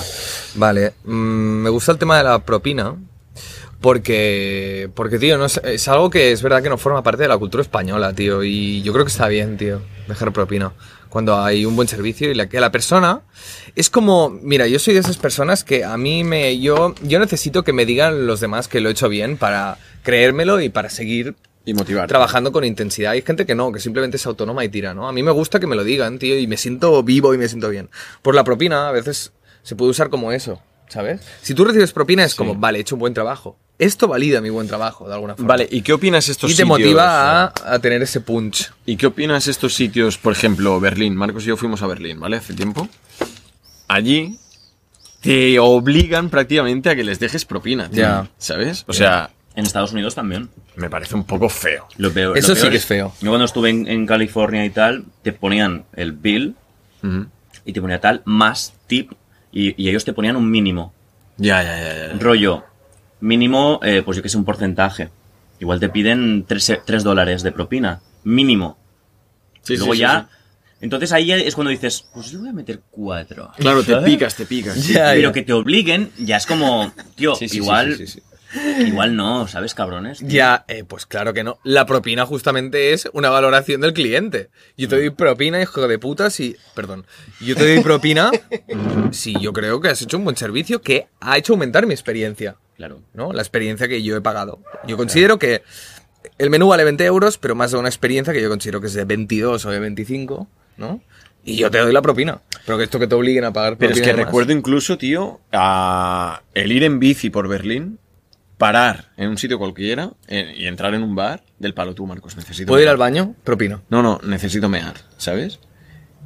Vale, mm, me gusta el tema de la propina. Porque, porque tío, no sé, es, algo que es verdad que no forma parte de la cultura española, tío. Y yo creo que está bien, tío, dejar propina. Cuando hay un buen servicio y la, que la persona. Es como. Mira, yo soy de esas personas que a mí me. Yo, yo necesito que me digan los demás que lo he hecho bien para creérmelo y para seguir Y motivar. trabajando con intensidad. Hay gente que no, que simplemente es autónoma y tira, ¿no? A mí me gusta que me lo digan, tío, y me siento vivo y me siento bien. Por la propina, a veces se puede usar como eso, ¿sabes? Si tú recibes propina es como, vale, he hecho un buen trabajo. Esto valida mi buen trabajo, de alguna forma. Vale, ¿y qué opinas de Y te estos sitios? motiva a, a tener ese punch. ¿Y qué opinas de estos sitios? Por ejemplo, Berlín. Marcos y yo fuimos a Berlín, ¿vale? Hace tiempo. Allí te obligan prácticamente a que les dejes propina, tío, Ya. ¿sabes? O Ya. sea, En Estados Unidos también. me parece un poco feo. Lo peor, Eso lo sí peor que es feo. Yo cuando estuve en, en California y tal, te ponían el bill Ujú. y te ponía tal más tip y, y ellos te ponían un mínimo. Ya, ya, ya, ya. Rollo, mínimo, eh, pues yo que sé, un porcentaje. Igual te piden 3, dólares de propina. Mínimo. Sí, Y luego sí, sí, ya. sí. Entonces ahí es cuando dices, pues yo voy a meter cuatro. Claro, te ¿sabes? picas, te picas. Ya, Pero ya. que te obliguen, ya es como, tío, Sí, sí, sí, igual sí, sí, sí. Igual no, ¿sabes, cabrones? tío? Ya, eh, pues claro que no. La propina justamente es una valoración del cliente. Yo te doy propina, hijo de puta, si... Perdón. Yo te doy propina si yo creo que has hecho un buen servicio que ha hecho aumentar mi experiencia, Claro. ¿no? La experiencia que yo he pagado. Yo considero que el menú vale 20 euros, pero más de una experiencia que yo considero que es de 22 o de 25, ¿no? Y yo te doy la propina. Pero que esto que te obliguen a pagar Pero es propina que de más. recuerdo incluso, tío, a el ir en bici por Berlín, parar en un sitio cualquiera eh, y entrar en un bar del palo tú, Marcos. Necesito. ¿Puedo ir mear". al baño? Propina. No, no, necesito mear, ¿sabes?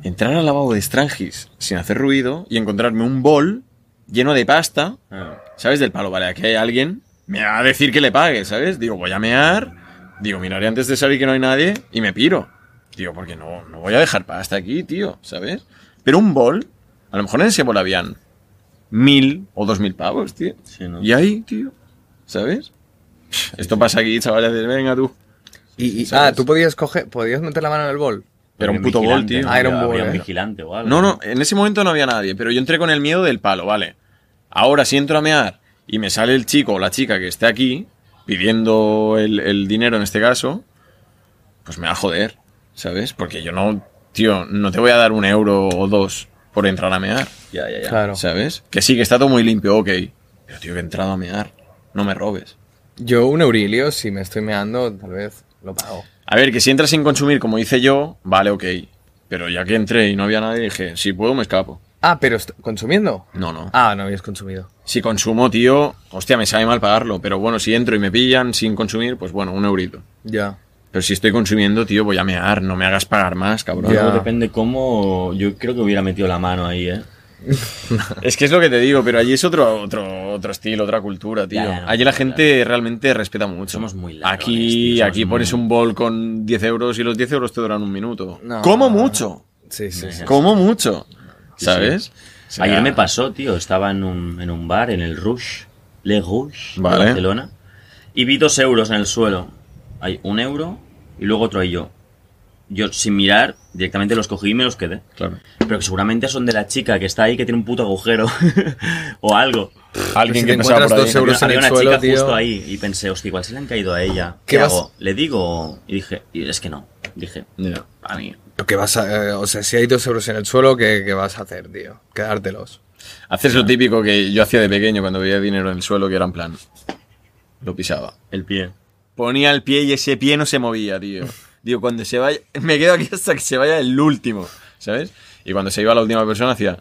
Entrar al lavabo de Strangis sin hacer ruido y encontrarme un bol lleno de pasta, Ah, ¿sabes? Del palo, vale, aquí hay alguien, me va a decir que le pague, ¿sabes? Digo, voy a mear, digo, miraré antes de salir que no hay nadie y me piro. Digo, porque no, no voy a dejar pasta aquí, tío, ¿sabes? Pero un bol, a lo mejor en ese bol habían mil o dos mil pavos, tío. Sí, ¿no? Y ahí, tío, ¿sabes? Esto pasa aquí, chavales, de, venga tú. Y, y- ah, ¿Sabes? tú podías coger, podías meter la mano en el bol. Pero Había un puto bol, vigilante, tío. ¿no? Ah, era un Había bol, un ¿eh? vigilante o algo. No, no, en ese momento no había nadie, pero yo entré con el miedo del palo, vale. Ahora si entro a mear y me sale el chico o la chica que esté aquí pidiendo el, el dinero en este caso, pues me va a joder, ¿sabes? Porque yo no, tío, no te voy a dar un euro o dos por entrar a mear, Ya, ya, ya. Claro. ¿sabes? Que sí, que está todo muy limpio, ok. Pero tío, que he entrado a mear, no me robes. Yo un eurilio, si me estoy meando, tal vez lo pago. A ver, que si entras sin consumir como hice yo, vale, ok. Pero ya que entré y no había nadie, dije, si puedo me escapo. Ah, pero est- ¿consumiendo? No, no. Ah, no habías consumido. Si consumo, tío, hostia, me sabe mal pagarlo, pero bueno, si entro y me pillan sin consumir, pues bueno, un eurito. Ya. Pero si estoy consumiendo, tío, voy a mear, no me hagas pagar más, cabrón. Luego Ya. depende cómo. Yo creo que hubiera metido la mano ahí, ¿eh? Es que es lo que te digo, pero allí es otro, otro, otro estilo, otra cultura, tío. Ya, no, allí la claro. gente realmente respeta mucho. Somos muy ladrones, Aquí, tío, somos aquí muy- pones un bol con 10 euros y los 10 euros te duran un minuto. No. Como mucho, Sí, sí. sí. como mucho, Sí, ¿sabes? O sea, Ayer me pasó, tío. Estaba en un, en un bar, en el Rush, Le Rouge, Vale. de Barcelona. Y vi dos euros en el suelo. Hay un euro y luego otro y yo. Yo, sin mirar, directamente los cogí y me los quedé. Claro. Pero que seguramente son de la chica que está ahí que tiene un puto agujero o algo. Alguien si que te pasaba por encuentras ahí. dos euros- Había, había en el una suelo, chica tío. justo ahí y pensé, hostia, igual se le han caído a ella. ¿Qué ¿Qué, vas- hago? ¿Le digo? Y dije, y es que no. Dije, a mí. Lo que vas a, eh, o sea, si hay dos euros en el suelo, ¿qué, qué vas a hacer, tío? Quedártelos. Haces lo típico que yo hacía de pequeño cuando veía dinero en el suelo, que era en plan. Lo pisaba. El pie. Ponía el pie y ese pie no se movía, tío. Digo, cuando se vaya. Me quedo aquí hasta que se vaya el último, ¿sabes? Y cuando se iba la última persona, hacía.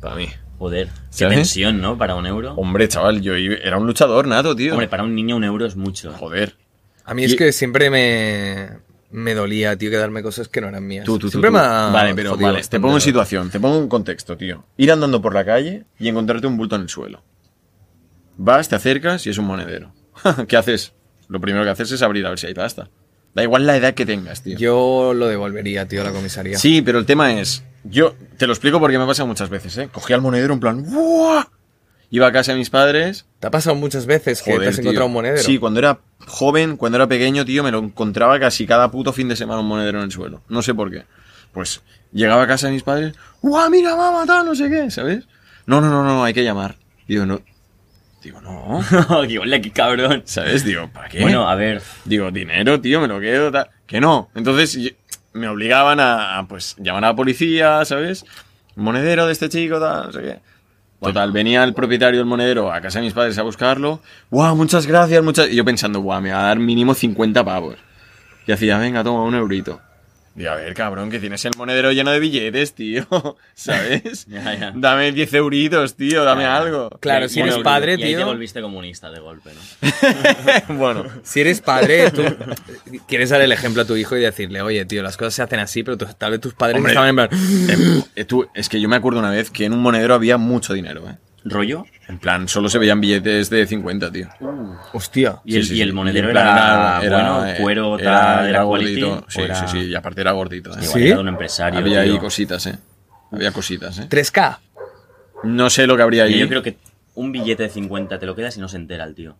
Para mí. Joder. Qué ¿Sabes? tensión, ¿no? Para un euro. Oh, Hombre, chaval, yo iba- era un luchador nato, tío. Hombre, para un niño un euro es mucho. Joder. A mí es Y- que siempre me, me dolía, tío, quedarme cosas que no eran mías. Tú, tú, tú, siempre tú. me ha Vale, pero jodido vale, te bastante. pongo en situación, te pongo en contexto, tío. Ir andando por la calle y encontrarte un bulto en el suelo. Vas, te acercas y es un monedero. ¿Qué haces? Lo primero que haces es abrir a ver si hay pasta. Da igual la edad que tengas, tío. Yo lo devolvería, tío, a la comisaría. Sí, pero el tema es, yo te lo explico porque me ha pasado muchas veces, ¿eh? Cogía el monedero en plan, ¡buah! Iba a casa de mis padres. ¿Te ha pasado muchas veces que te Joder, has tío. encontrado un monedero? Sí, cuando era joven, cuando era pequeño, tío, me lo encontraba casi cada puto fin de semana un monedero en el suelo. No sé por qué. Pues llegaba a casa de mis padres, ¡guau, mira, mamá, tal, no sé qué! ¿Sabes? No, no, no, no, hay que llamar. Digo, no. Digo, no. Digo, hola, qué cabrón. ¿Sabes? Digo, ¿para qué? Bueno, a ver. Digo, dinero, tío, me lo quedo, tal. Que no. Entonces yo- me obligaban a, a, pues, llamar a la policía, ¿sabes? Monedero de este chico, tal, no sé qué. Total, venía el propietario del monedero a casa de mis padres a buscarlo. ¡Guau, muchas gracias! Muchas... Y yo pensando, guau, me va a dar mínimo 50 pavos. Y hacía, venga, toma un eurito. Digo, a ver, cabrón, que tienes el monedero lleno de billetes, tío. ¿Sabes? Ya, ya. Dame 10 euritos, tío, dame algo. Claro, Y- si y eres ahí- padre, Y ahí te tío. volviste comunista de golpe, ¿no? bueno, Si eres padre, tú quieres dar el ejemplo a tu hijo y decirle, oye, tío, las cosas se hacen así, pero tus- tal vez tus padres Hombre. estaban en plan... eh, eh, tú- es que yo me acuerdo una vez que en un monedero había mucho dinero, ¿eh? ¿Rollo? En plan, solo se veían billetes de 50, tío. "¡Ah! Hostia. Y el, Sí, sí, y el sí. monedero en plan era, era- bueno, era- cuero, era- tal, era, era quality, gordito. Sí, o era- sí, sí. Y aparte era gordito. ¿eh? Igual ¿Sí? era de un empresario. Había ahí tío. cositas, ¿eh? Había cositas, ¿eh? 3K. No sé lo que habría ahí. Y yo creo que un billete de 50 te lo quedas y no se entera el tío.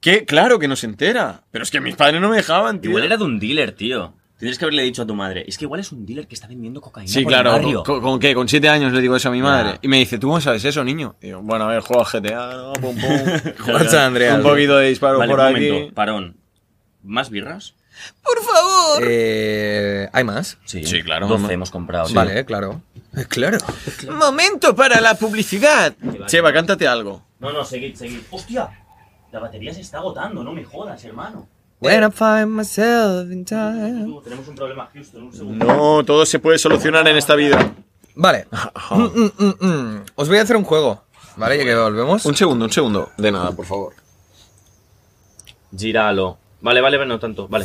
¿Qué? Claro que no se entera. Pero es que mis padres no me dejaban, tío. Igual era de un dealer, tío. Tendrías que haberle dicho a tu madre, es que igual es un dealer que está vendiendo cocaína Sí, por el claro. barrio. ¿Con, con qué? Con siete años le digo eso a mi Nah. madre. Y me dice, ¿tú cómo sabes eso, niño? Y yo, bueno, a ver, juego a GTA, ¿no? pum, pum. Juan San Andreas. un poquito de disparo vale, por un aquí. momento, parón. ¿Más birras? Eh, ¿Hay más? Sí, claro. 12 hemos comprado. tío. Vale, claro. Eh, Claro. Momento para la publicidad. Cheva, cántate algo. No, no, seguid, seguid. ¡Hostia! La batería se está agotando, no me jodas, hermano. When I find myself in time. Tú, tenemos un problema, Houston, un segundo. No, todo se puede solucionar en esta vida. Vale. Mm, mm, mm, mm. Os voy a hacer un juego. Vale, ya que volvemos. Un segundo, un segundo. De nada, por favor. Gíralo. Vale, vale, no tanto, vale.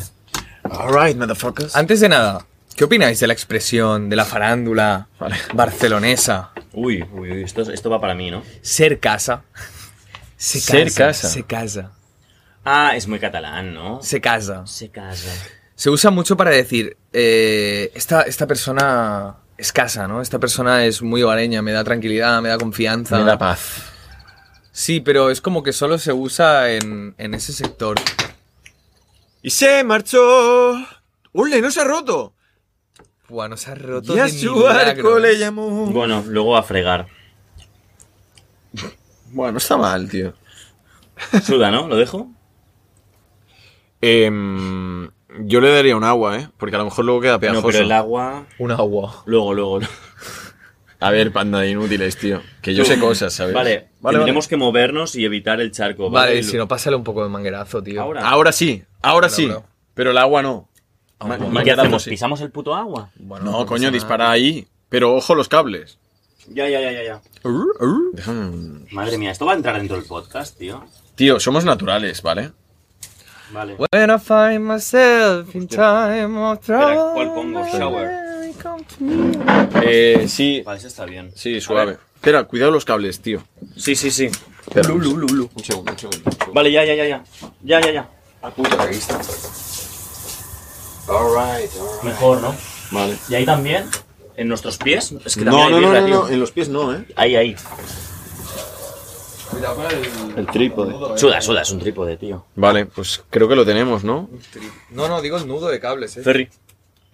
Alright, motherfuckers. Antes de nada, ¿qué opináis de la expresión de la farándula Vale. barcelonesa? Uy, uy, uy, esto, esto va para mí, ¿no? Ser casa. Se casa. Ser casa. Se casa. Ah, es muy catalán, ¿no? Se casa. Se casa. Se usa mucho para decir, eh, esta, esta persona es casa, ¿no? Esta persona es muy hogareña, me da tranquilidad, me da confianza. Me da paz. Sí, pero es como que solo se usa en, en ese sector. Y se marchó. ¡Ole, no se ha roto! Buah, nos ha roto Y a de su arco milagro. le llamó. Bueno, luego a fregar. Bueno, está mal, tío. Suda, ¿no? ¿Lo dejo? Em, yo le daría un agua, ¿eh? Porque a lo mejor luego queda No, pegajoso. pero el agua... Un agua. Luego, luego. luego. A ver, panda de inútiles, tío. Que yo sé cosas, ¿sabes? Vale, tendremos que movernos y evitar el charco. Vale, Vale, si no, pásale un poco de manguerazo, tío. Ahora. Ahora sí, ahora Bueno, sí. bro. Pero el agua no. Ma- ¿Y ma- qué quedamos, hacemos? sí. ¿Pisamos el puto agua? Bueno, No, pasa coño, nada. dispara ahí. Pero ojo los cables. Ya, ya, ya, ya, ya. Déjame- Madre mía, esto va a entrar dentro del podcast, tío. Tío, somos naturales, ¿vale? Vale. When I find myself in time of Espera, trouble. ¿cuál pongo? Shower. I come to you. Eh, sí, Vale, eso está bien. sí, suave. Espera, cuidado los cables, tío. Sí, sí, sí. Espera, Un segundo, un segundo. un segundo. Vale, ya, ya, ya, ya. Ya, ya, ya. Ah, Mejor, ¿no? Vale. Y ahí también, en nuestros pies. Es que No, también no, hay no, birra, no, tío. no, en los pies no, ¿eh? Ahí, ahí. El trípode. Suda, suda, es un trípode, tío. Vale, pues creo que lo tenemos, ¿no? No, no, digo el nudo de cables, eh. Ferry.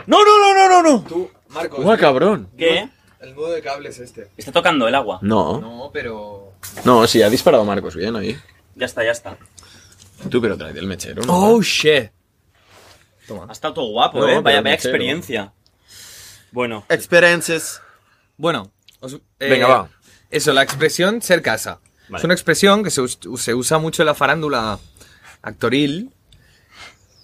¡No, no, no, no, no! no. Tú, Marcos. ¡Guau, cabrón! ¿Qué? El nudo de cables este. Está tocando el agua. No, No, pero. no, sí, ha disparado Marcos bien ahí. Ya está, ya está. Tú, pero trae el mechero. ¿no? Oh shit. Toma. Ha estado todo guapo, No, ¿eh? pero Vaya, vaya mechero. experiencia. Bueno. Experiences. Bueno, os- eh, Venga, va. Eso, la expresión ser casa. Vale. Es una expresión que se, us- se usa mucho en la farándula actoril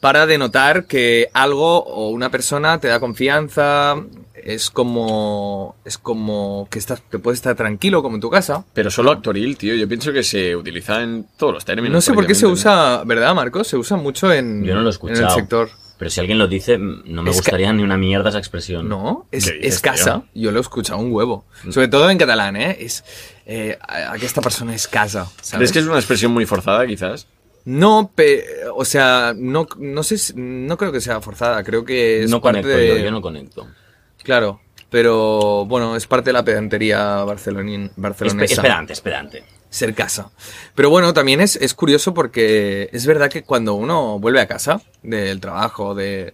para denotar que algo o una persona te da confianza, es como es como que estás te puedes estar tranquilo como en tu casa. Pero solo actoril, tío. Yo pienso que se utiliza en todos los términos. No sé por qué se prácticamente, usa, ¿verdad, Marcos? Se usa mucho en, Yo no lo he en el escuchado. sector. Pero si alguien lo dice, mm, no me Es que- gustaría ni una mierda esa expresión. No, es, ¿Qué dices, es casa. Yo lo he escuchado un huevo. Sobre todo en catalán, ¿eh? Es, eh, a a que esta persona es casa. ¿no? ¿sabes? ¿Crees que es una expresión muy forzada, quizás? No, pe- o sea, no, no sé, si- no creo que sea forzada, creo que es no parte conecto de- yo, yo no conecto. Claro, pero bueno, es parte de la pedantería barcelonín, Espe- barcelonesa. esperante, esperante. Ser casa. Pero bueno, también es, es curioso porque es verdad que cuando uno vuelve a casa del trabajo, de,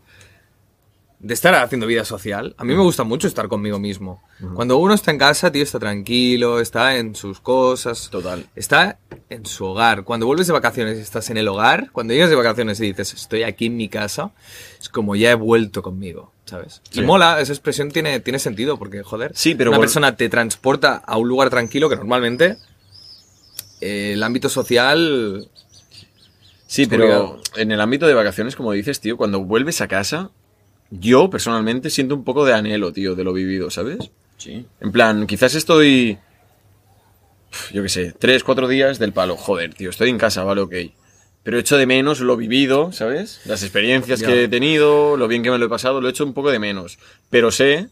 de estar haciendo vida social, a mí me gusta mucho estar conmigo mismo. Cuando uno está en casa, tío, está tranquilo, está en sus cosas. Total. Está en su hogar. Cuando vuelves de vacaciones y estás en el hogar, cuando llegas de vacaciones y dices, estoy aquí en mi casa, es como ya he vuelto conmigo, ¿sabes? Sí. Y mola, esa expresión tiene, tiene sentido, porque, joder, Sí, pero una vol- persona te transporta a un lugar tranquilo que normalmente eh, el ámbito social... Sí, pero Obligado. en el ámbito de vacaciones, como dices, tío, cuando vuelves a casa, yo personalmente siento un poco de anhelo, tío, de lo vivido, ¿sabes? Sí. En plan, quizás estoy. pf, Yo qué sé, tres, cuatro días del palo. Joder, tío, estoy en casa, vale, ok. Pero echo de menos lo vivido, ¿sabes? Las experiencias Ya. que he tenido, lo bien que me lo he pasado, lo echo un poco de menos. Pero sé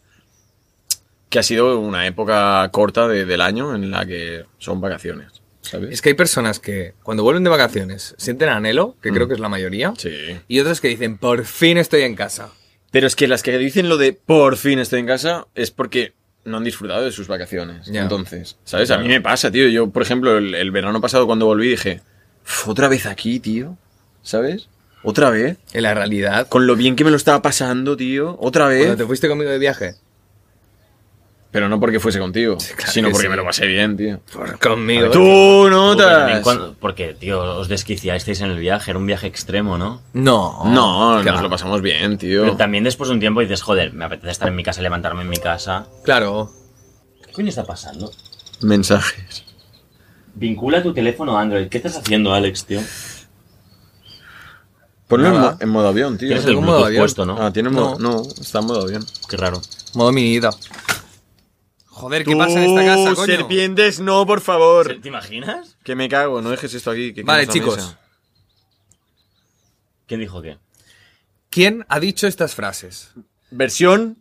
que ha sido una época corta de- del año en la que son vacaciones, ¿sabes? Es que hay personas que cuando vuelven de vacaciones sienten anhelo, que creo que es la mayoría, Sí. y otras que dicen, por fin estoy en casa. Pero es que las que dicen lo de por fin estoy en casa es porque no han disfrutado de sus vacaciones. Ya. Entonces, ¿sabes? A mí me pasa, tío. Yo, por ejemplo, el, el verano pasado cuando volví dije, "Uf, otra vez aquí, tío. ¿Sabes? ¿Otra vez? En la realidad, Con lo bien que me lo estaba pasando, tío. ¿Otra vez? cuando te fuiste conmigo de viaje. Pero no porque fuese contigo, claro sino que porque sí. me lo pasé bien, tío. Conmigo. ¡Tú Tú, pero también notas! cuando- porque, tío, os desquiciasteis en el viaje, era un viaje extremo, ¿no? No. No, qué nos va. lo pasamos bien, tío. Pero también después de un tiempo dices, joder, me apetece estar en mi casa, levantarme en mi casa. Claro. ¿Qué coño está pasando? Mensajes. Vincula tu teléfono a Android. ¿Qué estás haciendo, Alex, tío? Ponlo en, Nada. mo- en modo avión, tío. Tienes el tengo modo Bluetooth avión. puesto, ¿no? Ah, tiene modo. No. No. está en modo avión. Qué raro. Modo minita. Joder, ¿qué pasa en esta casa, coño? serpientes, no, por favor. ¿Te imaginas? Que me cago, no dejes esto aquí. que Vale, caes la chicos. mesa. ¿Quién dijo qué? ¿Quién ha dicho estas frases? Versión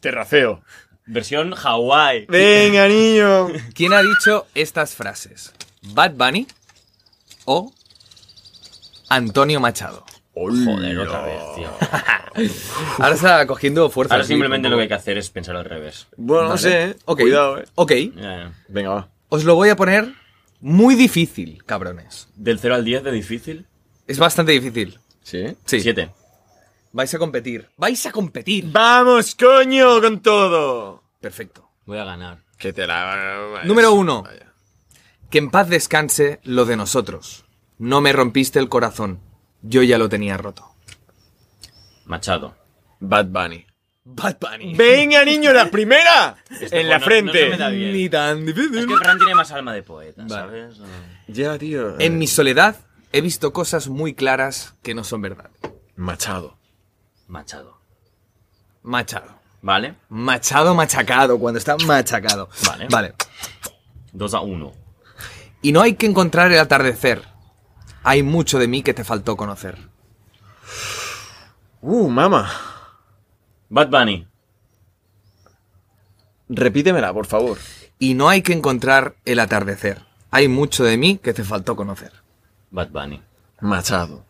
terraceo. Versión Hawái. Venga, niño. ¿Quién ha dicho estas frases? ¿Bad Bunny o Antonio Machado? Joder, otra vez, tío. Ahora está cogiendo fuerza. Ahora sí, simplemente un lo poco. que hay que hacer es pensar al revés. Bueno, no Vale. sé, eh. Ok. Cuidado, eh. Ok, Ya, ya. Venga, va. os lo voy a poner muy difícil, cabrones. Del 0 al 10 de difícil. Es bastante difícil. ¿Sí? Sí. 7. Vais a competir. Vais a competir. ¡Vamos, coño, con todo! Perfecto. Voy a ganar. Que te la. Número uno. Que en paz descanse lo de nosotros. No me rompiste el corazón. Yo ya lo tenía roto. Machado. Bad Bunny. Bad Bunny. ¡Venga, niño, la primera! Este en juego no- la no frente. se me da bien. Ni tan Es difícil. que Fran tiene más alma de poeta, Vale. ¿sabes? O- Ya, tío. En mi soledad he visto cosas muy claras que no son verdad. Machado. Machado. Machado. ¿Vale? Machado machacado, cuando está machacado. Vale. Vale. 2 a 1. Y no hay que encontrar el atardecer. Hay mucho de mí que te faltó conocer. Uh, mama. Bad Bunny. Repítemela, por favor. Y no hay que encontrar el atardecer. Hay mucho de mí que te faltó conocer. Bad Bunny. Machado.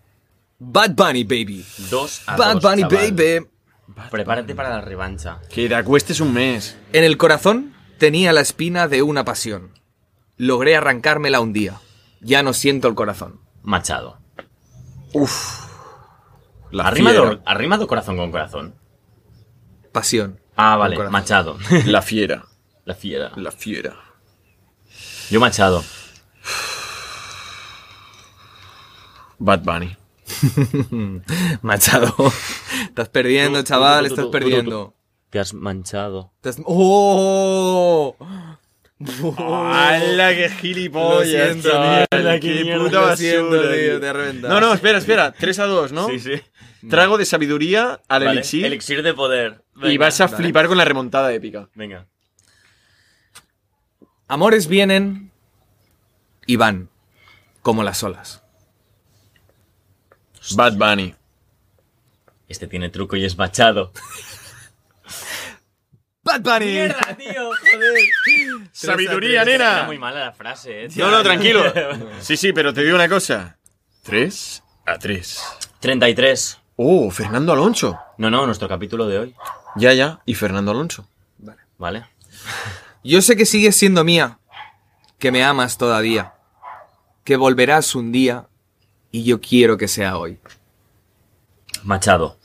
Bad Bunny, baby. 2 a 2. Bad Bunny, chaval. baby. Prepárate para la revancha. Que te acuestes un mes. En el corazón tenía la espina de una pasión. Logré arrancármela un día. Ya no siento el corazón. Machado. La Arrimado, fiera. arrimado corazón con corazón. Pasión. Ah, Con vale. corazón. Machado. La fiera. la fiera. La fiera. Yo Machado. Bad Bunny. Machado. Estás perdiendo, Tú, tú, chaval, tú, tú, estás tú, tú, tú, perdiendo. Te has manchado. Estás- ¡Oh! ¡Hala, qué gilipollas! Lo siento, chaval! mierda, qué ¡Qué mierda. puta Lo basura, siento, tío, tío. te has reventado. No, no, espera, espera. 3 a 2, ¿no? Trago de sabiduría al Vale, elixir, Elixir de poder. y Venga, vas a dale. flipar con la remontada épica. Venga. Amores vienen y van, como las olas. Bad Bunny. Este tiene truco y es Machado. ¡Bad Bunny! tío! ¡Sabiduría, Era nena! muy mala la frase, eh. No, no, tranquilo. Sí, sí, pero te digo una cosa. 3 a 3. 33. Oh, Fernando Alonso. No, no, nuestro capítulo de hoy. Ya, ya. Y Fernando Alonso. ¿Vale? Yo sé que sigues siendo mía, que me amas todavía, que volverás un día y yo quiero que sea hoy. Machado.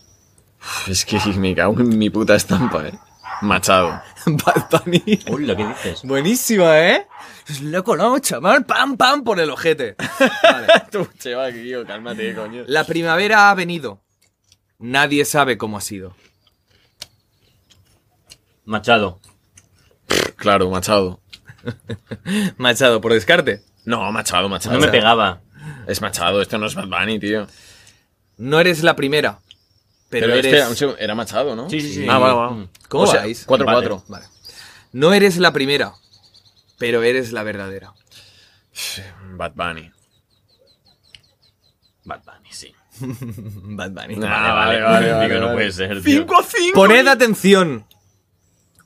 Uf, Es que me cago en mi puta estampa, eh. Machado. Bad Bunny. Uy, ¿lo que dices? Buenísima, ¿eh? Es loco, ¿no, chaval? ¡Pam, pam! Por el ojete. Vale. Tú, chaval, tío, cálmate, coño. La primavera ha venido. Nadie sabe cómo ha sido. Machado. Claro, Machado. Machado, por descarte. No, Machado, Machado. No me pegaba. Es Machado, esto no es Bad Bunny, tío. No eres la primera, pero, Pero eres... este era un seg- era Machado, ¿no? Sí, sí, sí. Ah, va, va. Mm. ¿Cómo O sea, vais? 4-4. Vale. No eres la primera, pero eres la verdadera. Bad Bunny. Bad Bunny, sí. Ah, Bad Bunny. Vale, vale, vale. Digo, no puede ser, tío. 5 a 5. Poned atención.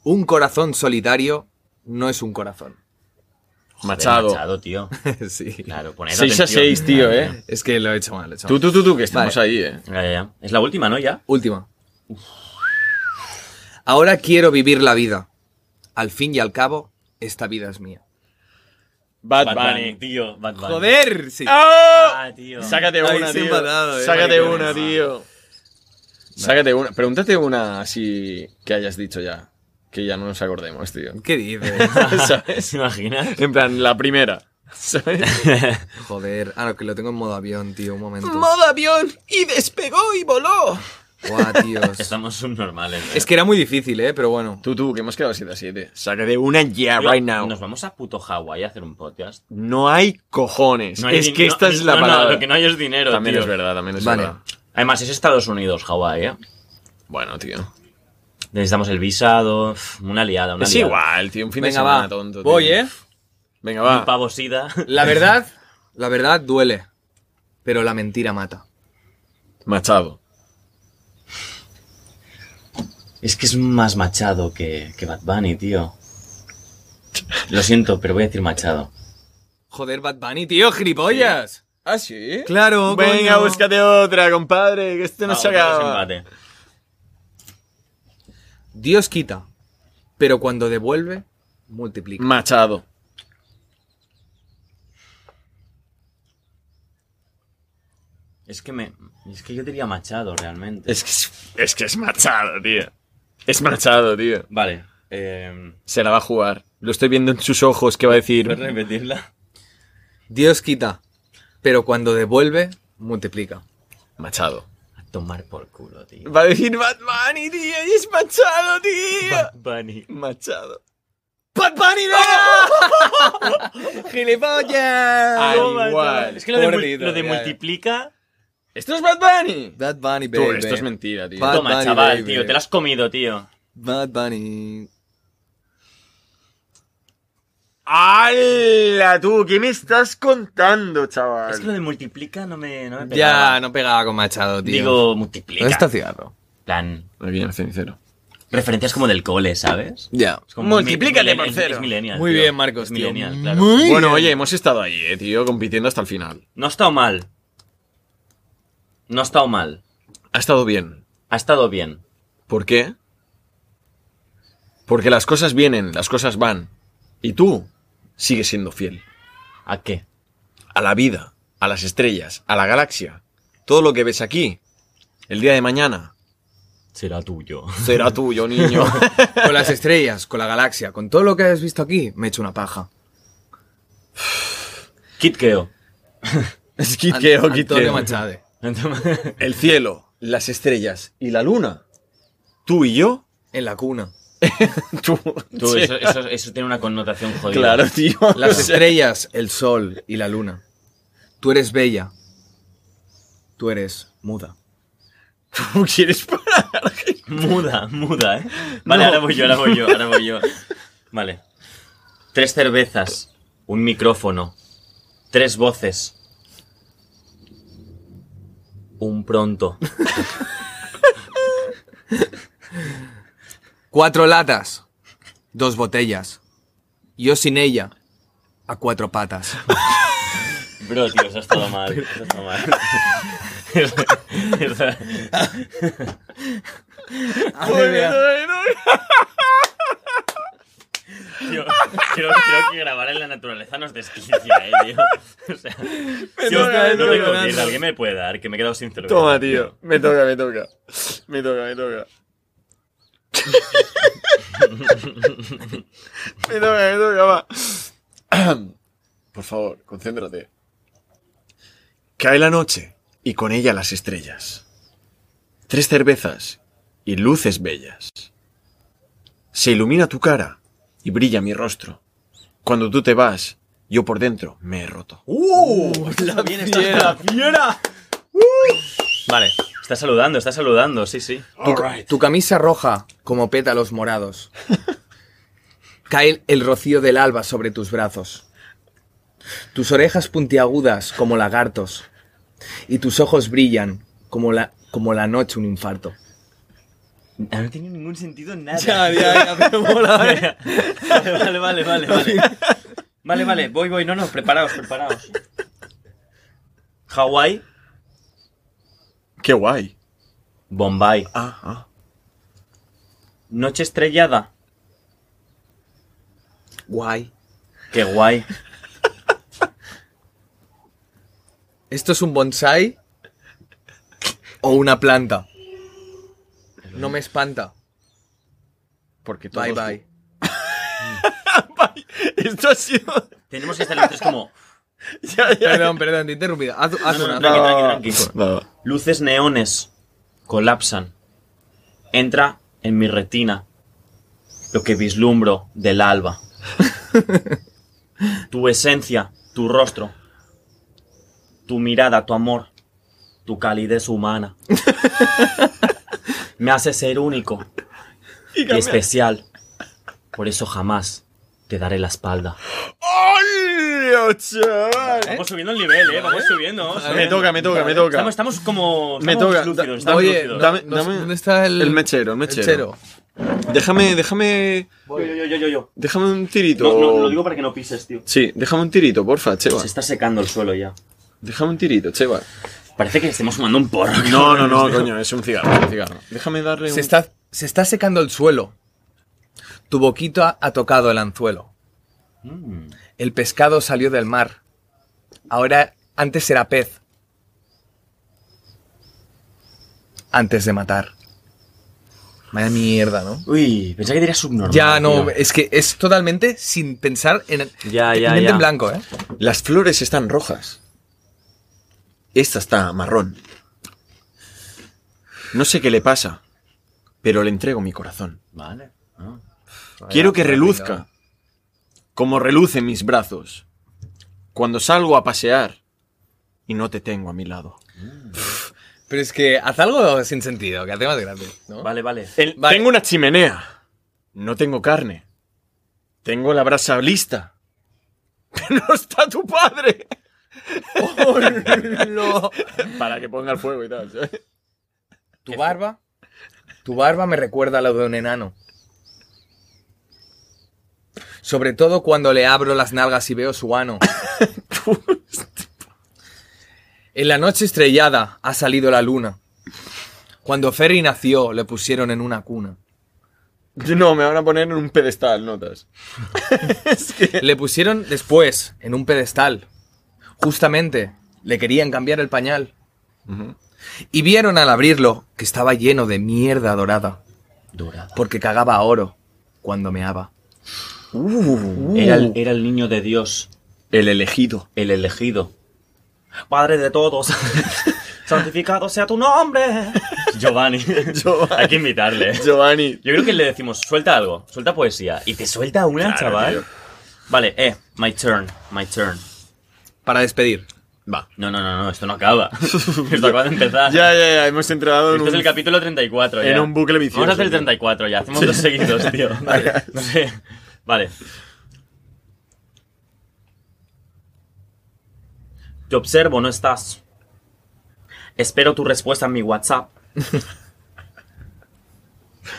Un corazón solitario no es un corazón. Machado. Machado. Machado, tío. sí. Claro, poned 6 a atención. 6, tío, Vale, eh. Es que lo he hecho mal, lo he hecho Tú, mal. tú, tú, tú, que estamos Vale. ahí, eh. Ya, ya, ya. Es la última, ¿no? Ya. Última. Ahora quiero vivir la vida. Al fin y al cabo, esta vida es mía. Bad, Batman, Bunny. tío. Bad Bunny. Joder, sí. Ah, tío. Sácate Ahí una, se ha tío. empatado, eh. Sácate Ahí una, tienes. tío. Sácate una. Pregúntate una así que hayas dicho ya. Que ya no nos acordemos, tío. ¿Qué dices? ¿Sabes? ¿Se imaginas? En plan, la primera. ¿Sabes? Joder, ah, no, que lo tengo en modo avión, tío, un momento. Modo avión y despegó y voló. Guau, tíos. Estamos subnormales. ¿eh? Es que era muy difícil, eh, pero bueno. Tú, tú, que hemos quedado 7 a 7. Sácate una ya, Tío, right now. Nos vamos a puto Hawái a hacer un podcast. No hay cojones. No hay es din- que no- esta es la no, no, palabra. lo que no hay es dinero, también tío. es verdad, también es Vale. verdad. Además, es Estados Unidos, Hawái, ¿eh? Bueno, tío. Necesitamos el visado, uf, una liada, una Es liada. igual, tío. Un fin de Venga, semana va. tonto. tío. Voy, eh. Venga, Un va. pavo sida. La verdad, La verdad duele, pero la mentira mata. Machado. Es que es más Machado que, que Bad Bunny, tío. Lo siento, pero voy a decir Machado. joder, Bad Bunny, tío, gilipollas. ¿Ah, sí? Claro, Venga, coño. búscate otra, compadre, que este no Ah, se otra vez acaba. empate. Dios quita. Pero cuando devuelve, multiplica. Machado. Es que me. Es que yo diría Machado realmente. Es que es, es que es Machado, tío. Es Machado, tío. Vale. eh, Se la va a jugar. Lo estoy viendo en sus ojos que va a ¿Puedes decir. repetirla? Dios quita, pero cuando devuelve, multiplica. Machado. A tomar por culo, tío. Va a decir Batman y tío, y es Machado, tío. Bad Bunny. Machado. Bad Bunny, Ah. gilipollas. Al No, Ah, Bad Ah, igual. Bunny. Es que lo de, mul- Perdido, lo de ya, ya. multiplica. ¡Esto es Bad Bunny! Bad Bunny, baby. Tú, esto es mentira, tío. Bad Toma, Bunny, chaval, baby. tío. Te lo has comido, tío. Bad Bunny. ¡Hala, tú! ¿Qué me estás contando, chaval? Es que lo de multiplica no me. No me pegaba. Ya, no pegaba con Machado, tío. Digo, multiplica. ¿Dónde está cigarro? plan. Aquí en el cenicero. Referencias como del cole, ¿sabes? Ya. Es como Multiplícate mil- por es- cero. es millennial, Muy tío. bien, Marcos, Es tío. millennial, claro. Muy Bueno, bien. oye, hemos estado ahí, eh, tío, compitiendo hasta el final. No ha estado mal. No ha estado mal. Ha estado bien. Ha estado bien. ¿Por qué? Porque las cosas vienen, las cosas van. Y tú sigues siendo fiel. ¿A qué? A la vida, a las estrellas, a la galaxia. Todo lo que ves aquí, el día de mañana, Será tuyo. será tuyo, niño. Con las estrellas, con la galaxia, con todo lo que has visto aquí, me he hecho una paja. Kitkeo. es An- quiteo, Antonio quiteo. Machade. oh, El cielo, las estrellas y la luna. Tú y yo. En la cuna. Tú. Tú, Sí. eso, eso- eso tiene una connotación jodida. Claro, tío. Las O sea, estrellas, el sol y la luna. Tú eres bella. Tú eres muda. ¿Tú quieres parar? Muda, muda, ¿eh? Vale, ahora voy yo, ahora voy yo, ahora voy yo. Vale. Tres cervezas, un micrófono, tres voces, un pronto, Cuatro latas. Dos botellas. Yo sin ella. A cuatro patas. Bro, tío, eso ha estado mal. Eso ha estado mal. Eso- eso- tío, creo, creo que grabar en la naturaleza nos desquicia, eh, tío. O sea, tío, está no tengo descojonando. que alguien me puede dar, que me he quedado sin cerveza. Toma, tío. Me toca, me toca. Me toca, me toca. me toca, me toca, va. Por favor, concéntrate. Cae la noche y con ella las estrellas. Tres cervezas y luces bellas. Se ilumina tu cara y brilla mi rostro. Cuando tú te vas, yo por dentro me he roto. Bien, estás la fiera. Vale, está saludando, está saludando, sí, sí. Tu, ca- tu camisa roja como pétalos morados. Cae el rocío del alba sobre tus brazos. Tus orejas puntiagudas como lagartos. Y tus ojos brillan como la, como la noche un infarto. Ah, No tiene ningún sentido nada. ya, ya, me mola, eh. vale, vale, vale, vale. Vale, vale, voy, voy, no, no, preparaos, preparaos. Hawái, Qué guay. Bombay. Ah, ah. Noche estrellada, Guay. qué guay. ¿Esto es un bonsai o una planta? No me espanta. Porque todos- Bye bye. Esto ha sido. Tenemos que estar los tres como Ya, ya. Ah. Perdón, perdón, te he interrumpido. Haz, haz no, una. no, haz Tranqui, tranqui, una. tranqui. luces neones colapsan. Entra en mi retina lo que vislumbro del alba. tu esencia, tu rostro, tu mirada, tu amor, tu calidez humana. Me hace ser único y este. especial. Por eso jamás te daré la espalda. ¿Eh? ¡Hola, chaval! Vamos subiendo el nivel, eh. Vamos subiendo. vamos Me subiendo. toca, me toca, me toca. Estamos, estamos como. Me estamos toca. lúcidos, Da- estamos Oye, lúcidos. no- Dame- no- dame- ¿dónde está el, el mechero, el mechero. Déjame, déjame. Yo, yo, yo, yo, yo. Déjame un tirito. No, no, lo digo para que no pises, tío. Sí, déjame un tirito, porfa, Cheva. Se está secando el suelo ya. Déjame un tirito, Cheva. Parece que estemos fumando un porro. No, no, no, coño, es un cigarro, es un cigarro. Déjame darle un. Se está, se está secando el suelo. Tu boquita ha tocado el anzuelo. El pescado salió del mar. Ahora, antes era pez. Antes de matar. Vaya mierda, ¿no? Uy, pensaba que diría subnormal. Ya, no, tío. es que es totalmente sin pensar en. Ya, ya, mente ya. en blanco, ¿eh? Las flores están rojas. Esta está marrón. No sé qué le pasa, pero le entrego mi corazón. Vale. ah. Quiero que reluzca, como reluce mis brazos, cuando salgo a pasear y no te tengo a mi lado. Pero es que haz algo sin sentido, que hace más grande, ¿no? Vale, vale. El- Vale. Tengo una chimenea, no tengo carne, tengo la brasa lista, pero no está tu padre. No. Para que ponga el fuego y tal. ¿sabes? Tu barba. Tu barba me recuerda a la de un enano. Sobre todo cuando le abro las nalgas y veo su ano. en la noche estrellada ha salido la luna. Cuando Ferry nació, le pusieron en una cuna. No, me van a poner en un pedestal, notas. Le pusieron después en un pedestal. Justamente, le querían cambiar el pañal. Y vieron al abrirlo que estaba lleno de mierda dorada. Dorada. porque cagaba oro cuando meaba. Uh. Era, Uh. el, era el niño de Dios, El elegido. el elegido. Padre de todos. Santificado sea tu nombre. Giovanni. Giovanni. Hay que invitarle. Giovanni. Yo creo que le decimos, suelta algo, suelta poesía. Y te suelta una, Claro, chaval. tío. Vale, eh, my turn, my turn. Para despedir. Va. No, no, no, no, esto no acaba. esto acaba de empezar. Ya, ya, ya, hemos entrado en Este es el un... capítulo 34 ya. en un bucle vicioso, Vamos a hacer el tío. 34 ya. Hacemos dos seguidos, tío. Vale. No sé. Vale. Te observo, no estás. Espero tu respuesta en mi WhatsApp.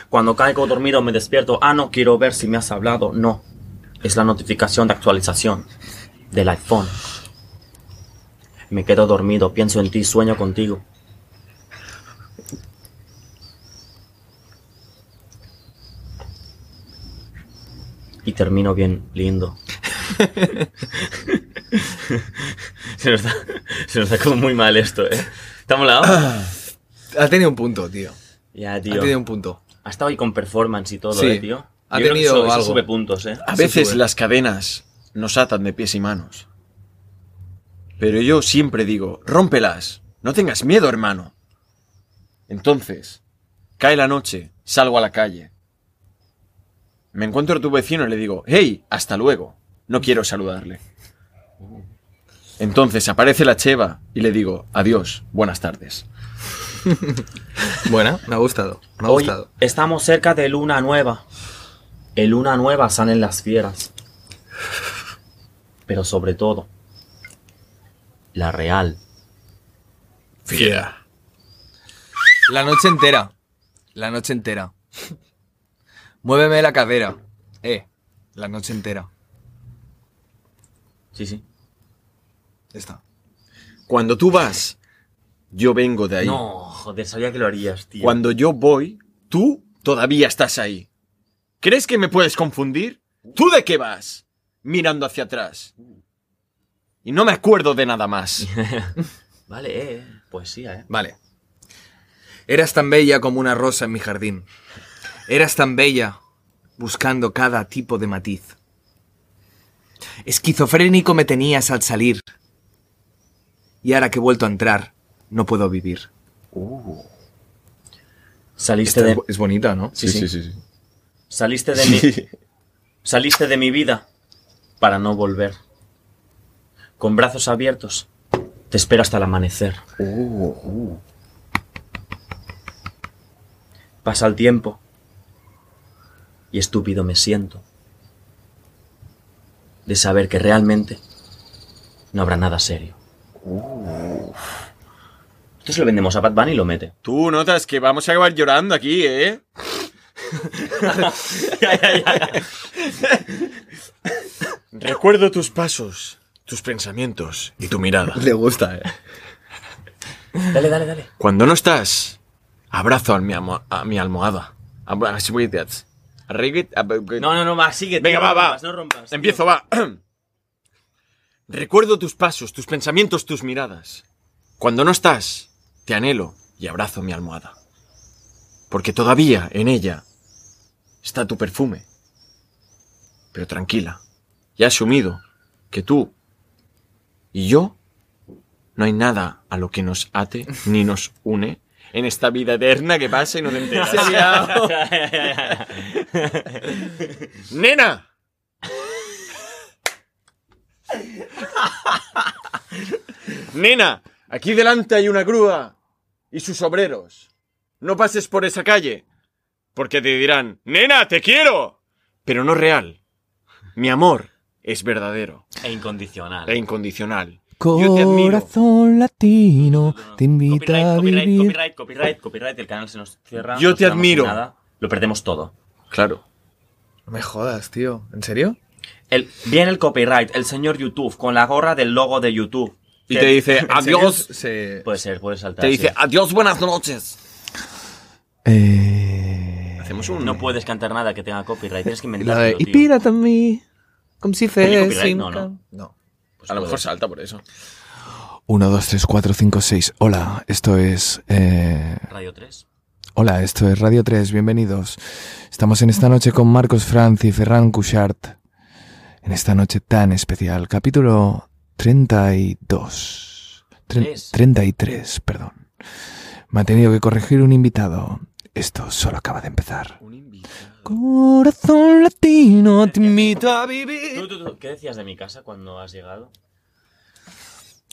Cuando caigo dormido me despierto. Ah, no quiero ver si me has hablado. No. Es la notificación de actualización del iPhone. Me quedo dormido, pienso en ti, sueño contigo. y termino bien lindo. se, nos da, se nos da como muy mal esto, ¿eh? ¿Estamos lado? Ha tenido un punto, tío. Ya, Ha tío. tenido un punto. Ha estado ahí con performance y todo, Sí. ¿eh, tío? Ha Yo creo que tenido eso, eso algo. sube puntos, ¿eh? A Se veces sube. las cadenas nos atan de pies y manos. Pero yo siempre digo, rómpelas. No tengas miedo, hermano. Entonces, cae la noche, salgo a la calle. Me encuentro a tu vecino y le digo, hey, hasta luego. No quiero saludarle. Entonces aparece la cheva y le digo, adiós, buenas tardes. Buena, me ha gustado. Me ha Hoy gustado. estamos cerca de luna nueva. En luna nueva salen las fieras. Pero sobre todo, la real. Fiera. La noche entera. La noche entera. Muéveme la cadera. Eh, la noche entera. Sí, sí. Ya está. Cuando tú vas, yo vengo de ahí. No, joder, sabía que lo harías, tío. Cuando yo voy, tú todavía estás ahí. ¿Crees que me puedes confundir? ¿Tú de qué vas? Mirando hacia atrás. Y no me acuerdo de nada más. Vale, eh, poesía, eh. Vale. Eras tan bella como una rosa en mi jardín. Eras tan bella buscando cada tipo de matiz. Esquizofrénico me tenías al salir. Y ahora que he vuelto a entrar, no puedo vivir. Saliste Esta de. es bo- es bonita, ¿no? Sí, sí. sí. sí. Saliste de mi. Saliste de mi vida para no volver. Con brazos abiertos. Te espero hasta el amanecer. Pasa el tiempo. Y estúpido me siento. De saber que realmente no habrá nada serio. Esto se lo vendemos a Bad Bunny y lo mete. Tú notas que vamos a acabar llorando aquí, ¿eh? Recuerdo tus pasos, tus pensamientos y tu mirada. Le gusta, eh. Dale, dale, dale. Cuando no estás, abrazo a mi, amo- a mi almohada. Abra- así voy a decir. Arregue- ab- No, no, no, va, sigue. tío, Venga, no va, va. rompas, No rompas. tío. Empiezo, va. Recuerdo tus pasos, tus pensamientos, tus miradas. Cuando no estás, te anhelo y abrazo mi almohada. Porque todavía en ella está tu perfume. Pero tranquila, ya he asumido que tú y yo no hay nada a lo que nos ate ni nos une en esta vida eterna que pasa y no te enteras. ¡Nena! Nena, aquí delante hay una grúa y sus obreros. No pases por esa calle, porque te dirán, Nena, te quiero. Pero no real. Mi amor es verdadero E incondicional. e incondicional. Yo te admiro. No, latino no. copyright, copyright, copyright, copyright, copyright, el canal se nos cierra. Yo nos te quedamos sin admiro. nada, lo perdemos todo. Claro. No me jodas, tío. ¿En serio? El, viene el copyright, el señor YouTube, con la gorra del logo de YouTube. Y te dice, ¿En serio? adiós. Se- Puede ser, puede saltar. Te sí. dice, "Ah, adiós, buenas noches. Eh, Hacemos un... No puedes cantar nada que tenga copyright, tienes que la de, inventarlo, y tío. pírate a mí. Como si Oye, copyright, no, no. No. Pues A lo puede mejor ser. salta por eso. 1, 2, 3, 4, 5, 6. Hola, esto es. eh, Radio 3. hola, esto es Radio 3. Bienvenidos. Estamos en esta noche con Marcos Franz y Ferran Couchard. En esta noche tan especial. Capítulo 32. Tre- Tres. 33, perdón. Me ha tenido que corregir un invitado. Esto solo acaba de empezar. Corazón latino, te invito a vivir. ¿Tú, tú, tú, qué decías de mi casa cuando has llegado?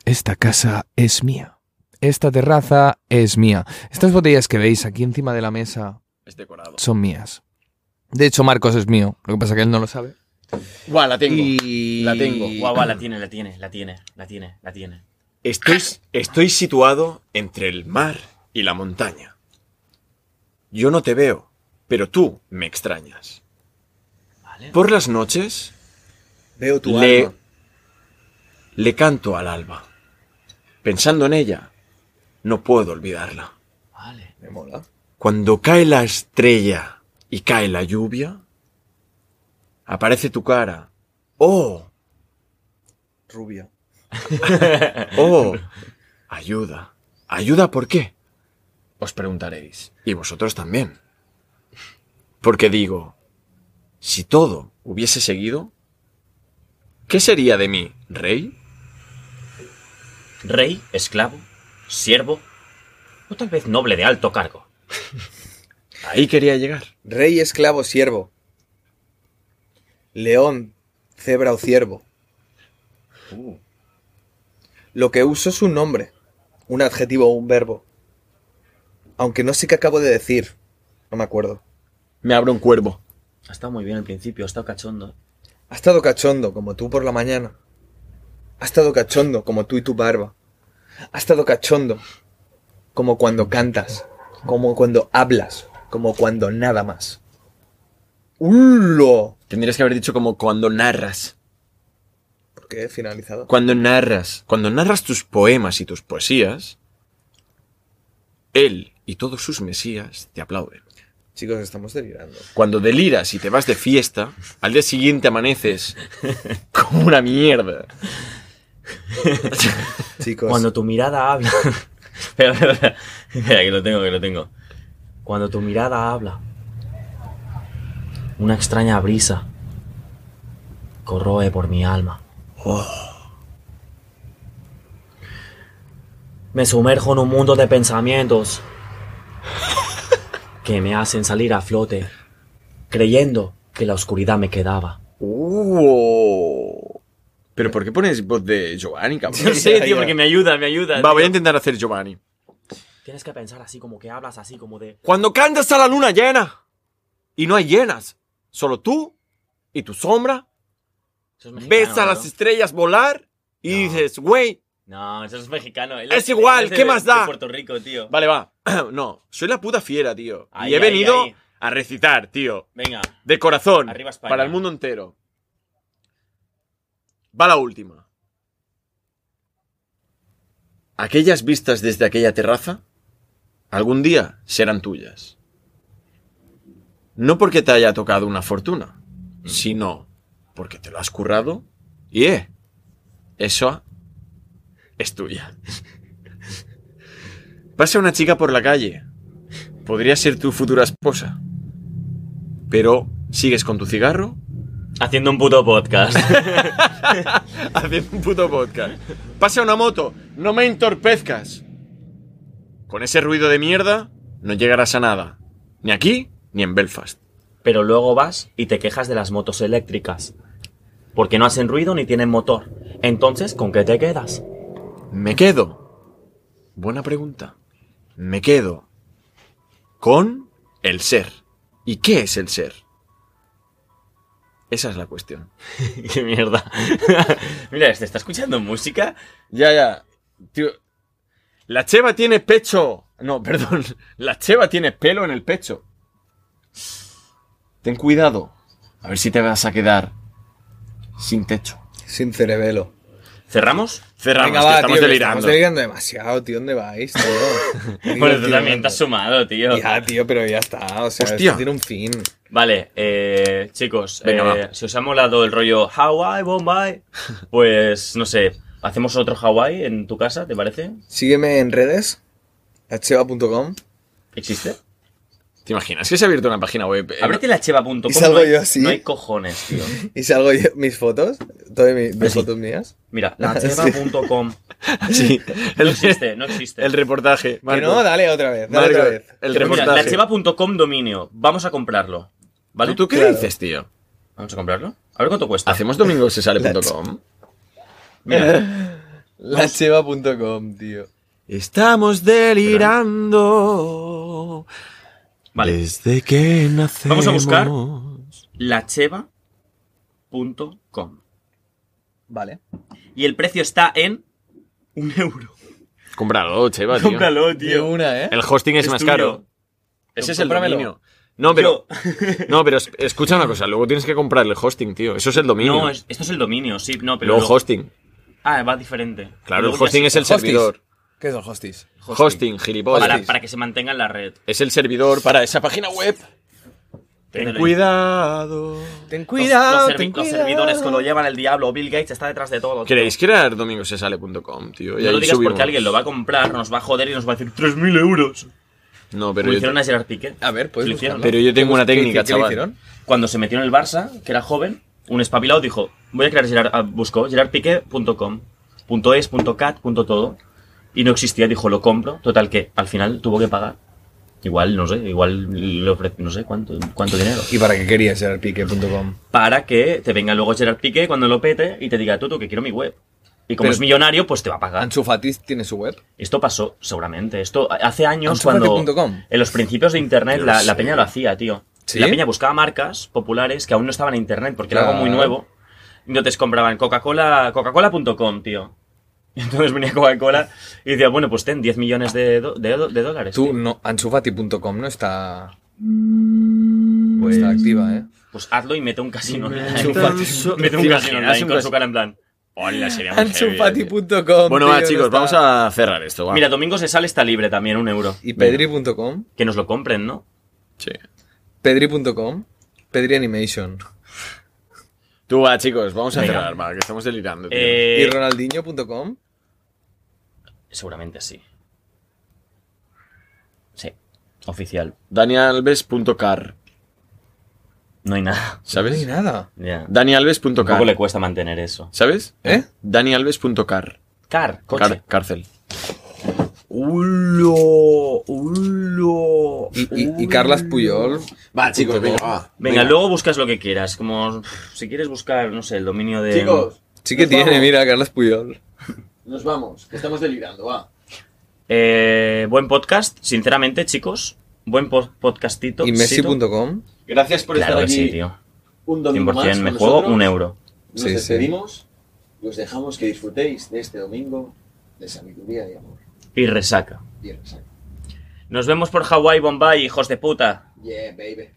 Esta casa es mía. Esta terraza es mía. Estas botellas que veis aquí encima de la mesa Es decorado. son mías. De hecho, Marcos es mío. Lo que pasa que él no lo sabe. Guau, la tengo. Y- La tengo. Guau, guau, la tiene, la tiene, la tiene, la tiene, la tiene. Estoy, estoy situado entre el mar y la montaña. Yo no te veo, pero tú me extrañas. Vale. Por las noches Veo tu le, alma. le canto al alba. Pensando en ella, no puedo olvidarla. Vale. Me mola. Cuando cae la estrella y cae la lluvia, aparece tu cara. ¡Oh! Rubia. Oh, ayuda. ¿Ayuda por qué? Os preguntaréis. Y vosotros también. Porque digo, si todo hubiese seguido, ¿qué sería de mí, rey? Rey, esclavo, siervo, o tal vez noble de alto cargo. Ahí quería llegar. Rey, esclavo, siervo. León, cebra o ciervo. Lo que uso es un nombre, un adjetivo o un verbo. Aunque no sé qué acabo de decir. No me acuerdo. Me abro un cuervo. Ha estado muy bien al principio, ha estado cachondo. Ha estado cachondo como tú por la mañana. Ha estado cachondo como tú y tu barba. Ha estado cachondo como cuando cantas, como cuando hablas, como cuando nada más. ¡Hulo! Tendrías que haber dicho como cuando narras. ¿Por qué he finalizado? Cuando narras. Cuando narras tus poemas y tus poesías, él y todos sus mesías te aplauden. Chicos, estamos delirando. Cuando deliras y te vas de fiesta, al día siguiente amaneces como una mierda. Chicos. Cuando tu mirada habla. Espera, espera, espera. Espera, que lo tengo, que lo tengo. Cuando tu mirada habla. Una extraña brisa corroe por mi alma. Me sumerjo en un mundo de pensamientos que me hacen salir a flote, creyendo que la oscuridad me quedaba. Uh, ¿Pero por qué pones voz de Giovanni, cabrón? No oh. sé, tío, porque me ayuda, me ayuda. Va, tío. voy a intentar hacer Giovanni. Tienes que pensar así, como que hablas así, como de... Cuando cantas a la luna llena y no hay llenas, solo tú y tu sombra, Eso es mexicano, ves a las ¿no? estrellas volar y No. dices, güey, No, eso es mexicano. Él Es igual, él de- ¿qué más da? de Puerto Rico, tío. vale, va. no, soy la puta fiera, tío. Ahí, y he ahí, venido ahí. a recitar, tío, Venga. de corazón, Arriba España. para el mundo entero. Va la última. Aquellas vistas desde aquella terraza algún día serán tuyas. No porque te haya tocado una fortuna, Mm. sino porque te lo has currado y eh, eso es tuya. Pasa una chica por la calle. Podría ser tu futura esposa. Pero sigues con tu cigarro Haciendo un puto podcast. haciendo un puto podcast. Pasa una moto, no me entorpezcas. Con ese ruido de mierda no llegarás a nada. Ni aquí, ni en Belfast. Pero luego vas y te quejas de las motos eléctricas. Porque no hacen ruido ni tienen motor. Entonces, ¿con qué te quedas? Me quedo. Buena pregunta. Me quedo con el ser. ¿Y qué es el ser? Esa es la cuestión. Qué mierda. Mira, ¿te está escuchando música? Ya, ya. Tío. La cheva tiene pecho. No, perdón. La cheva tiene pelo en el pecho. Ten cuidado. A ver si te vas a quedar sin techo. Sin cerebelo. ¿Cerramos? Cerramos, Venga, que va, estamos tío, que delirando. Estamos delirando demasiado, tío. ¿Dónde vais, tío? Bueno, Tío, tú también tío, te has sumado, tío. Ya, tío, pero ya está. O sea, Hostia. esto tiene un fin. Vale, eh, chicos, Venga, eh, si os ha molado el rollo Hawaii, Bombay, pues no sé, hacemos otro Hawaii en tu casa, ¿te parece? Sígueme en redes. Acheva.com. ¿Existe? ¿Te imaginas que se ha abierto una página web? eh? Ábrete la cheva.com. Y salgo no hay- yo así. No hay cojones, tío. Y salgo yo, mis fotos. Todas mis Ah, mis Así. fotos mías. Mira, Ah, sí. lacheva.com. Sí. No El, existe, no existe. el reportaje. Que Marco. no, dale otra vez. Dale Marco, otra vez. El Pero mira, reportaje. lacheva.com dominio. Vamos a comprarlo. ¿Vale? ¿Tú, tú qué Claro. dices, tío? Vamos a comprarlo. A ver cuánto cuesta. ¿Hacemos domingosesale.com? Mira, Lacheva.com, tío. Estamos delirando. Vale. Desde que nacemos. Vamos a buscar. lacheva.com. Vale. Y el precio está en un euro. Cómpralo, Cheva, tío. Cómpralo, De tío. una, ¿eh? El hosting es, Es más tuyo. caro. Ese es el Cómpramelo. dominio. No, pero, no, pero es- escucha una cosa. Luego tienes que comprar el hosting, tío. Eso es el dominio. No, es- esto es el dominio, sí, no, pero. Luego lo- hosting. Ah, va diferente. Claro, Luego el ya hosting sí. es el Hostis. servidor. ¿Qué es el hostis? Hosting, gilipollas. Para, para que se mantenga en la red. Es el servidor para esa página web. Ten Tener- cuidado. Ten Los- cuidado, los, servi- ten los cuidado. servidores que lo llevan el diablo, Bill Gates está detrás de todo. tío. ¿Queréis crear domingosesale.com, tío? Y No lo ahí digas subimos. porque alguien lo va a comprar, nos va a joder y nos va a decir 3.000 euros. Pero No, pero yo, hicieron a Gerard Piqué. A ver, pues. Lo hicieron, pero yo tengo una técnica, ¿Qué le chaval. hicieron? Cuando se metió en el Barça, que era joven, un espabilado dijo, voy a crear Gerard, ah, buscó gerardpiqué.com, punto .es, punto .cat, punto todo. Y no existía, dijo, lo compro. Total que al final tuvo que pagar. Igual, no sé, igual le ofre- no sé cuánto, cuánto dinero. ¿Y para qué querías ser pique.com? para que te venga luego Gerard Piqué cuando lo pete y te diga, tú, tú, que quiero mi web. Y como Pero- es millonario, pues te va a pagar. Anchufatis tiene su web. Esto pasó, seguramente. Esto hace años Anchúfate cuando... punto com. En los principios de Internet la, la peña lo hacía, tío. ¿Sí? La peña buscaba marcas populares que aún no estaban en Internet porque era algo muy Claro. nuevo. Entonces compraban Coca-Cola, Coca-Cola.com, tío. Y entonces venía Coca-Cola y decía, bueno, pues ten 10 millones de, do- de do- de dólares. Tú, tío. no, anchufati.com no está. No está activa, ¿eh? Pues hazlo y mete un casino online. Anchufati. mete un ¿Te casino imaginas online un con cas- su cara en plan. Hola, sería muy heavy, tío. Anchufati.com. Bueno, va, tío, chicos, no vamos está. a cerrar esto. va. Mira, Domingo se sale, está libre también, un euro. Y pedri.com. Que nos lo compren, ¿no? Sí. Pedri.com. Pedri Animation. Tú va, chicos, vamos a Venga. cerrar, va, que estamos delirando. tío. Eh, ¿Y ronaldinho.com? Seguramente sí. Sí, oficial. DaniAlves.car, No hay nada. No ¿sabes? hay nada. Ya. Un poco le DaniAlves.car, cuesta mantener eso. ¿sabes? ¿Eh? DaniAlves.car, Car, coche. car cárcel. ¡Ulo! ¡Ulo! Y, y- y Carlas Puyol. Va, chicos, venga, va. Venga, luego buscas lo que quieras. Como si quieres buscar, no sé, el dominio de. Sí que tiene, mira, Carlas Puyol. Nos vamos, que estamos delirando, va. Eh, buen podcast, sinceramente, chicos. Buen po- podcastito. Y Sito. Messi.com. Gracias por Claro estar que aquí sí, tío. un domingo 100%, más. me con juego nosotros. un euro. Nos Sí, sí. despedimos y os dejamos que disfrutéis de este domingo de sabiduría y amor. Y resaca. Bien, exacto. Nos vemos por Hawái, Bombay, hijos de puta. Yeah, baby.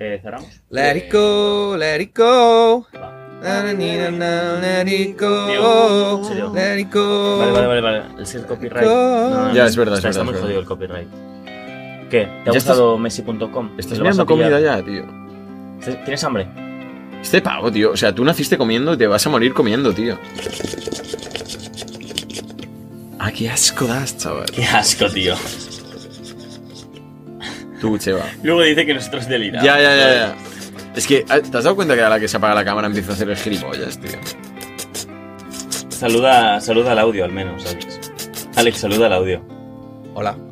Eh, cerramos. Let it go, let it go. Na, na, ni, na, na, let it Tío, go. en serio. Let it go. Vale, vale, vale, vale. Es el copyright. Ya, es verdad, es Está, está verdad, muy es jodido el copyright. ¿Qué? ¿Te ha Ya estás- gustado Messi.com? Estás ¿Lo vas a mirando comida pillar? ya, tío. ¿Te- ¿Tienes hambre? Este pavo, tío. O sea, tú naciste comiendo y te vas a morir comiendo, tío. Ah, qué asco das, chaval. Qué asco, tío. Tú, Cheva. Luego dice que nosotros deliramos. Ya, ya, ya, ya. Es que, ah, ¿te has dado cuenta que a la que se apaga la cámara empieza a hacer el gilipollas, tío? Saluda, saluda al audio, al menos, Alex. Alex, saluda al audio. Hola.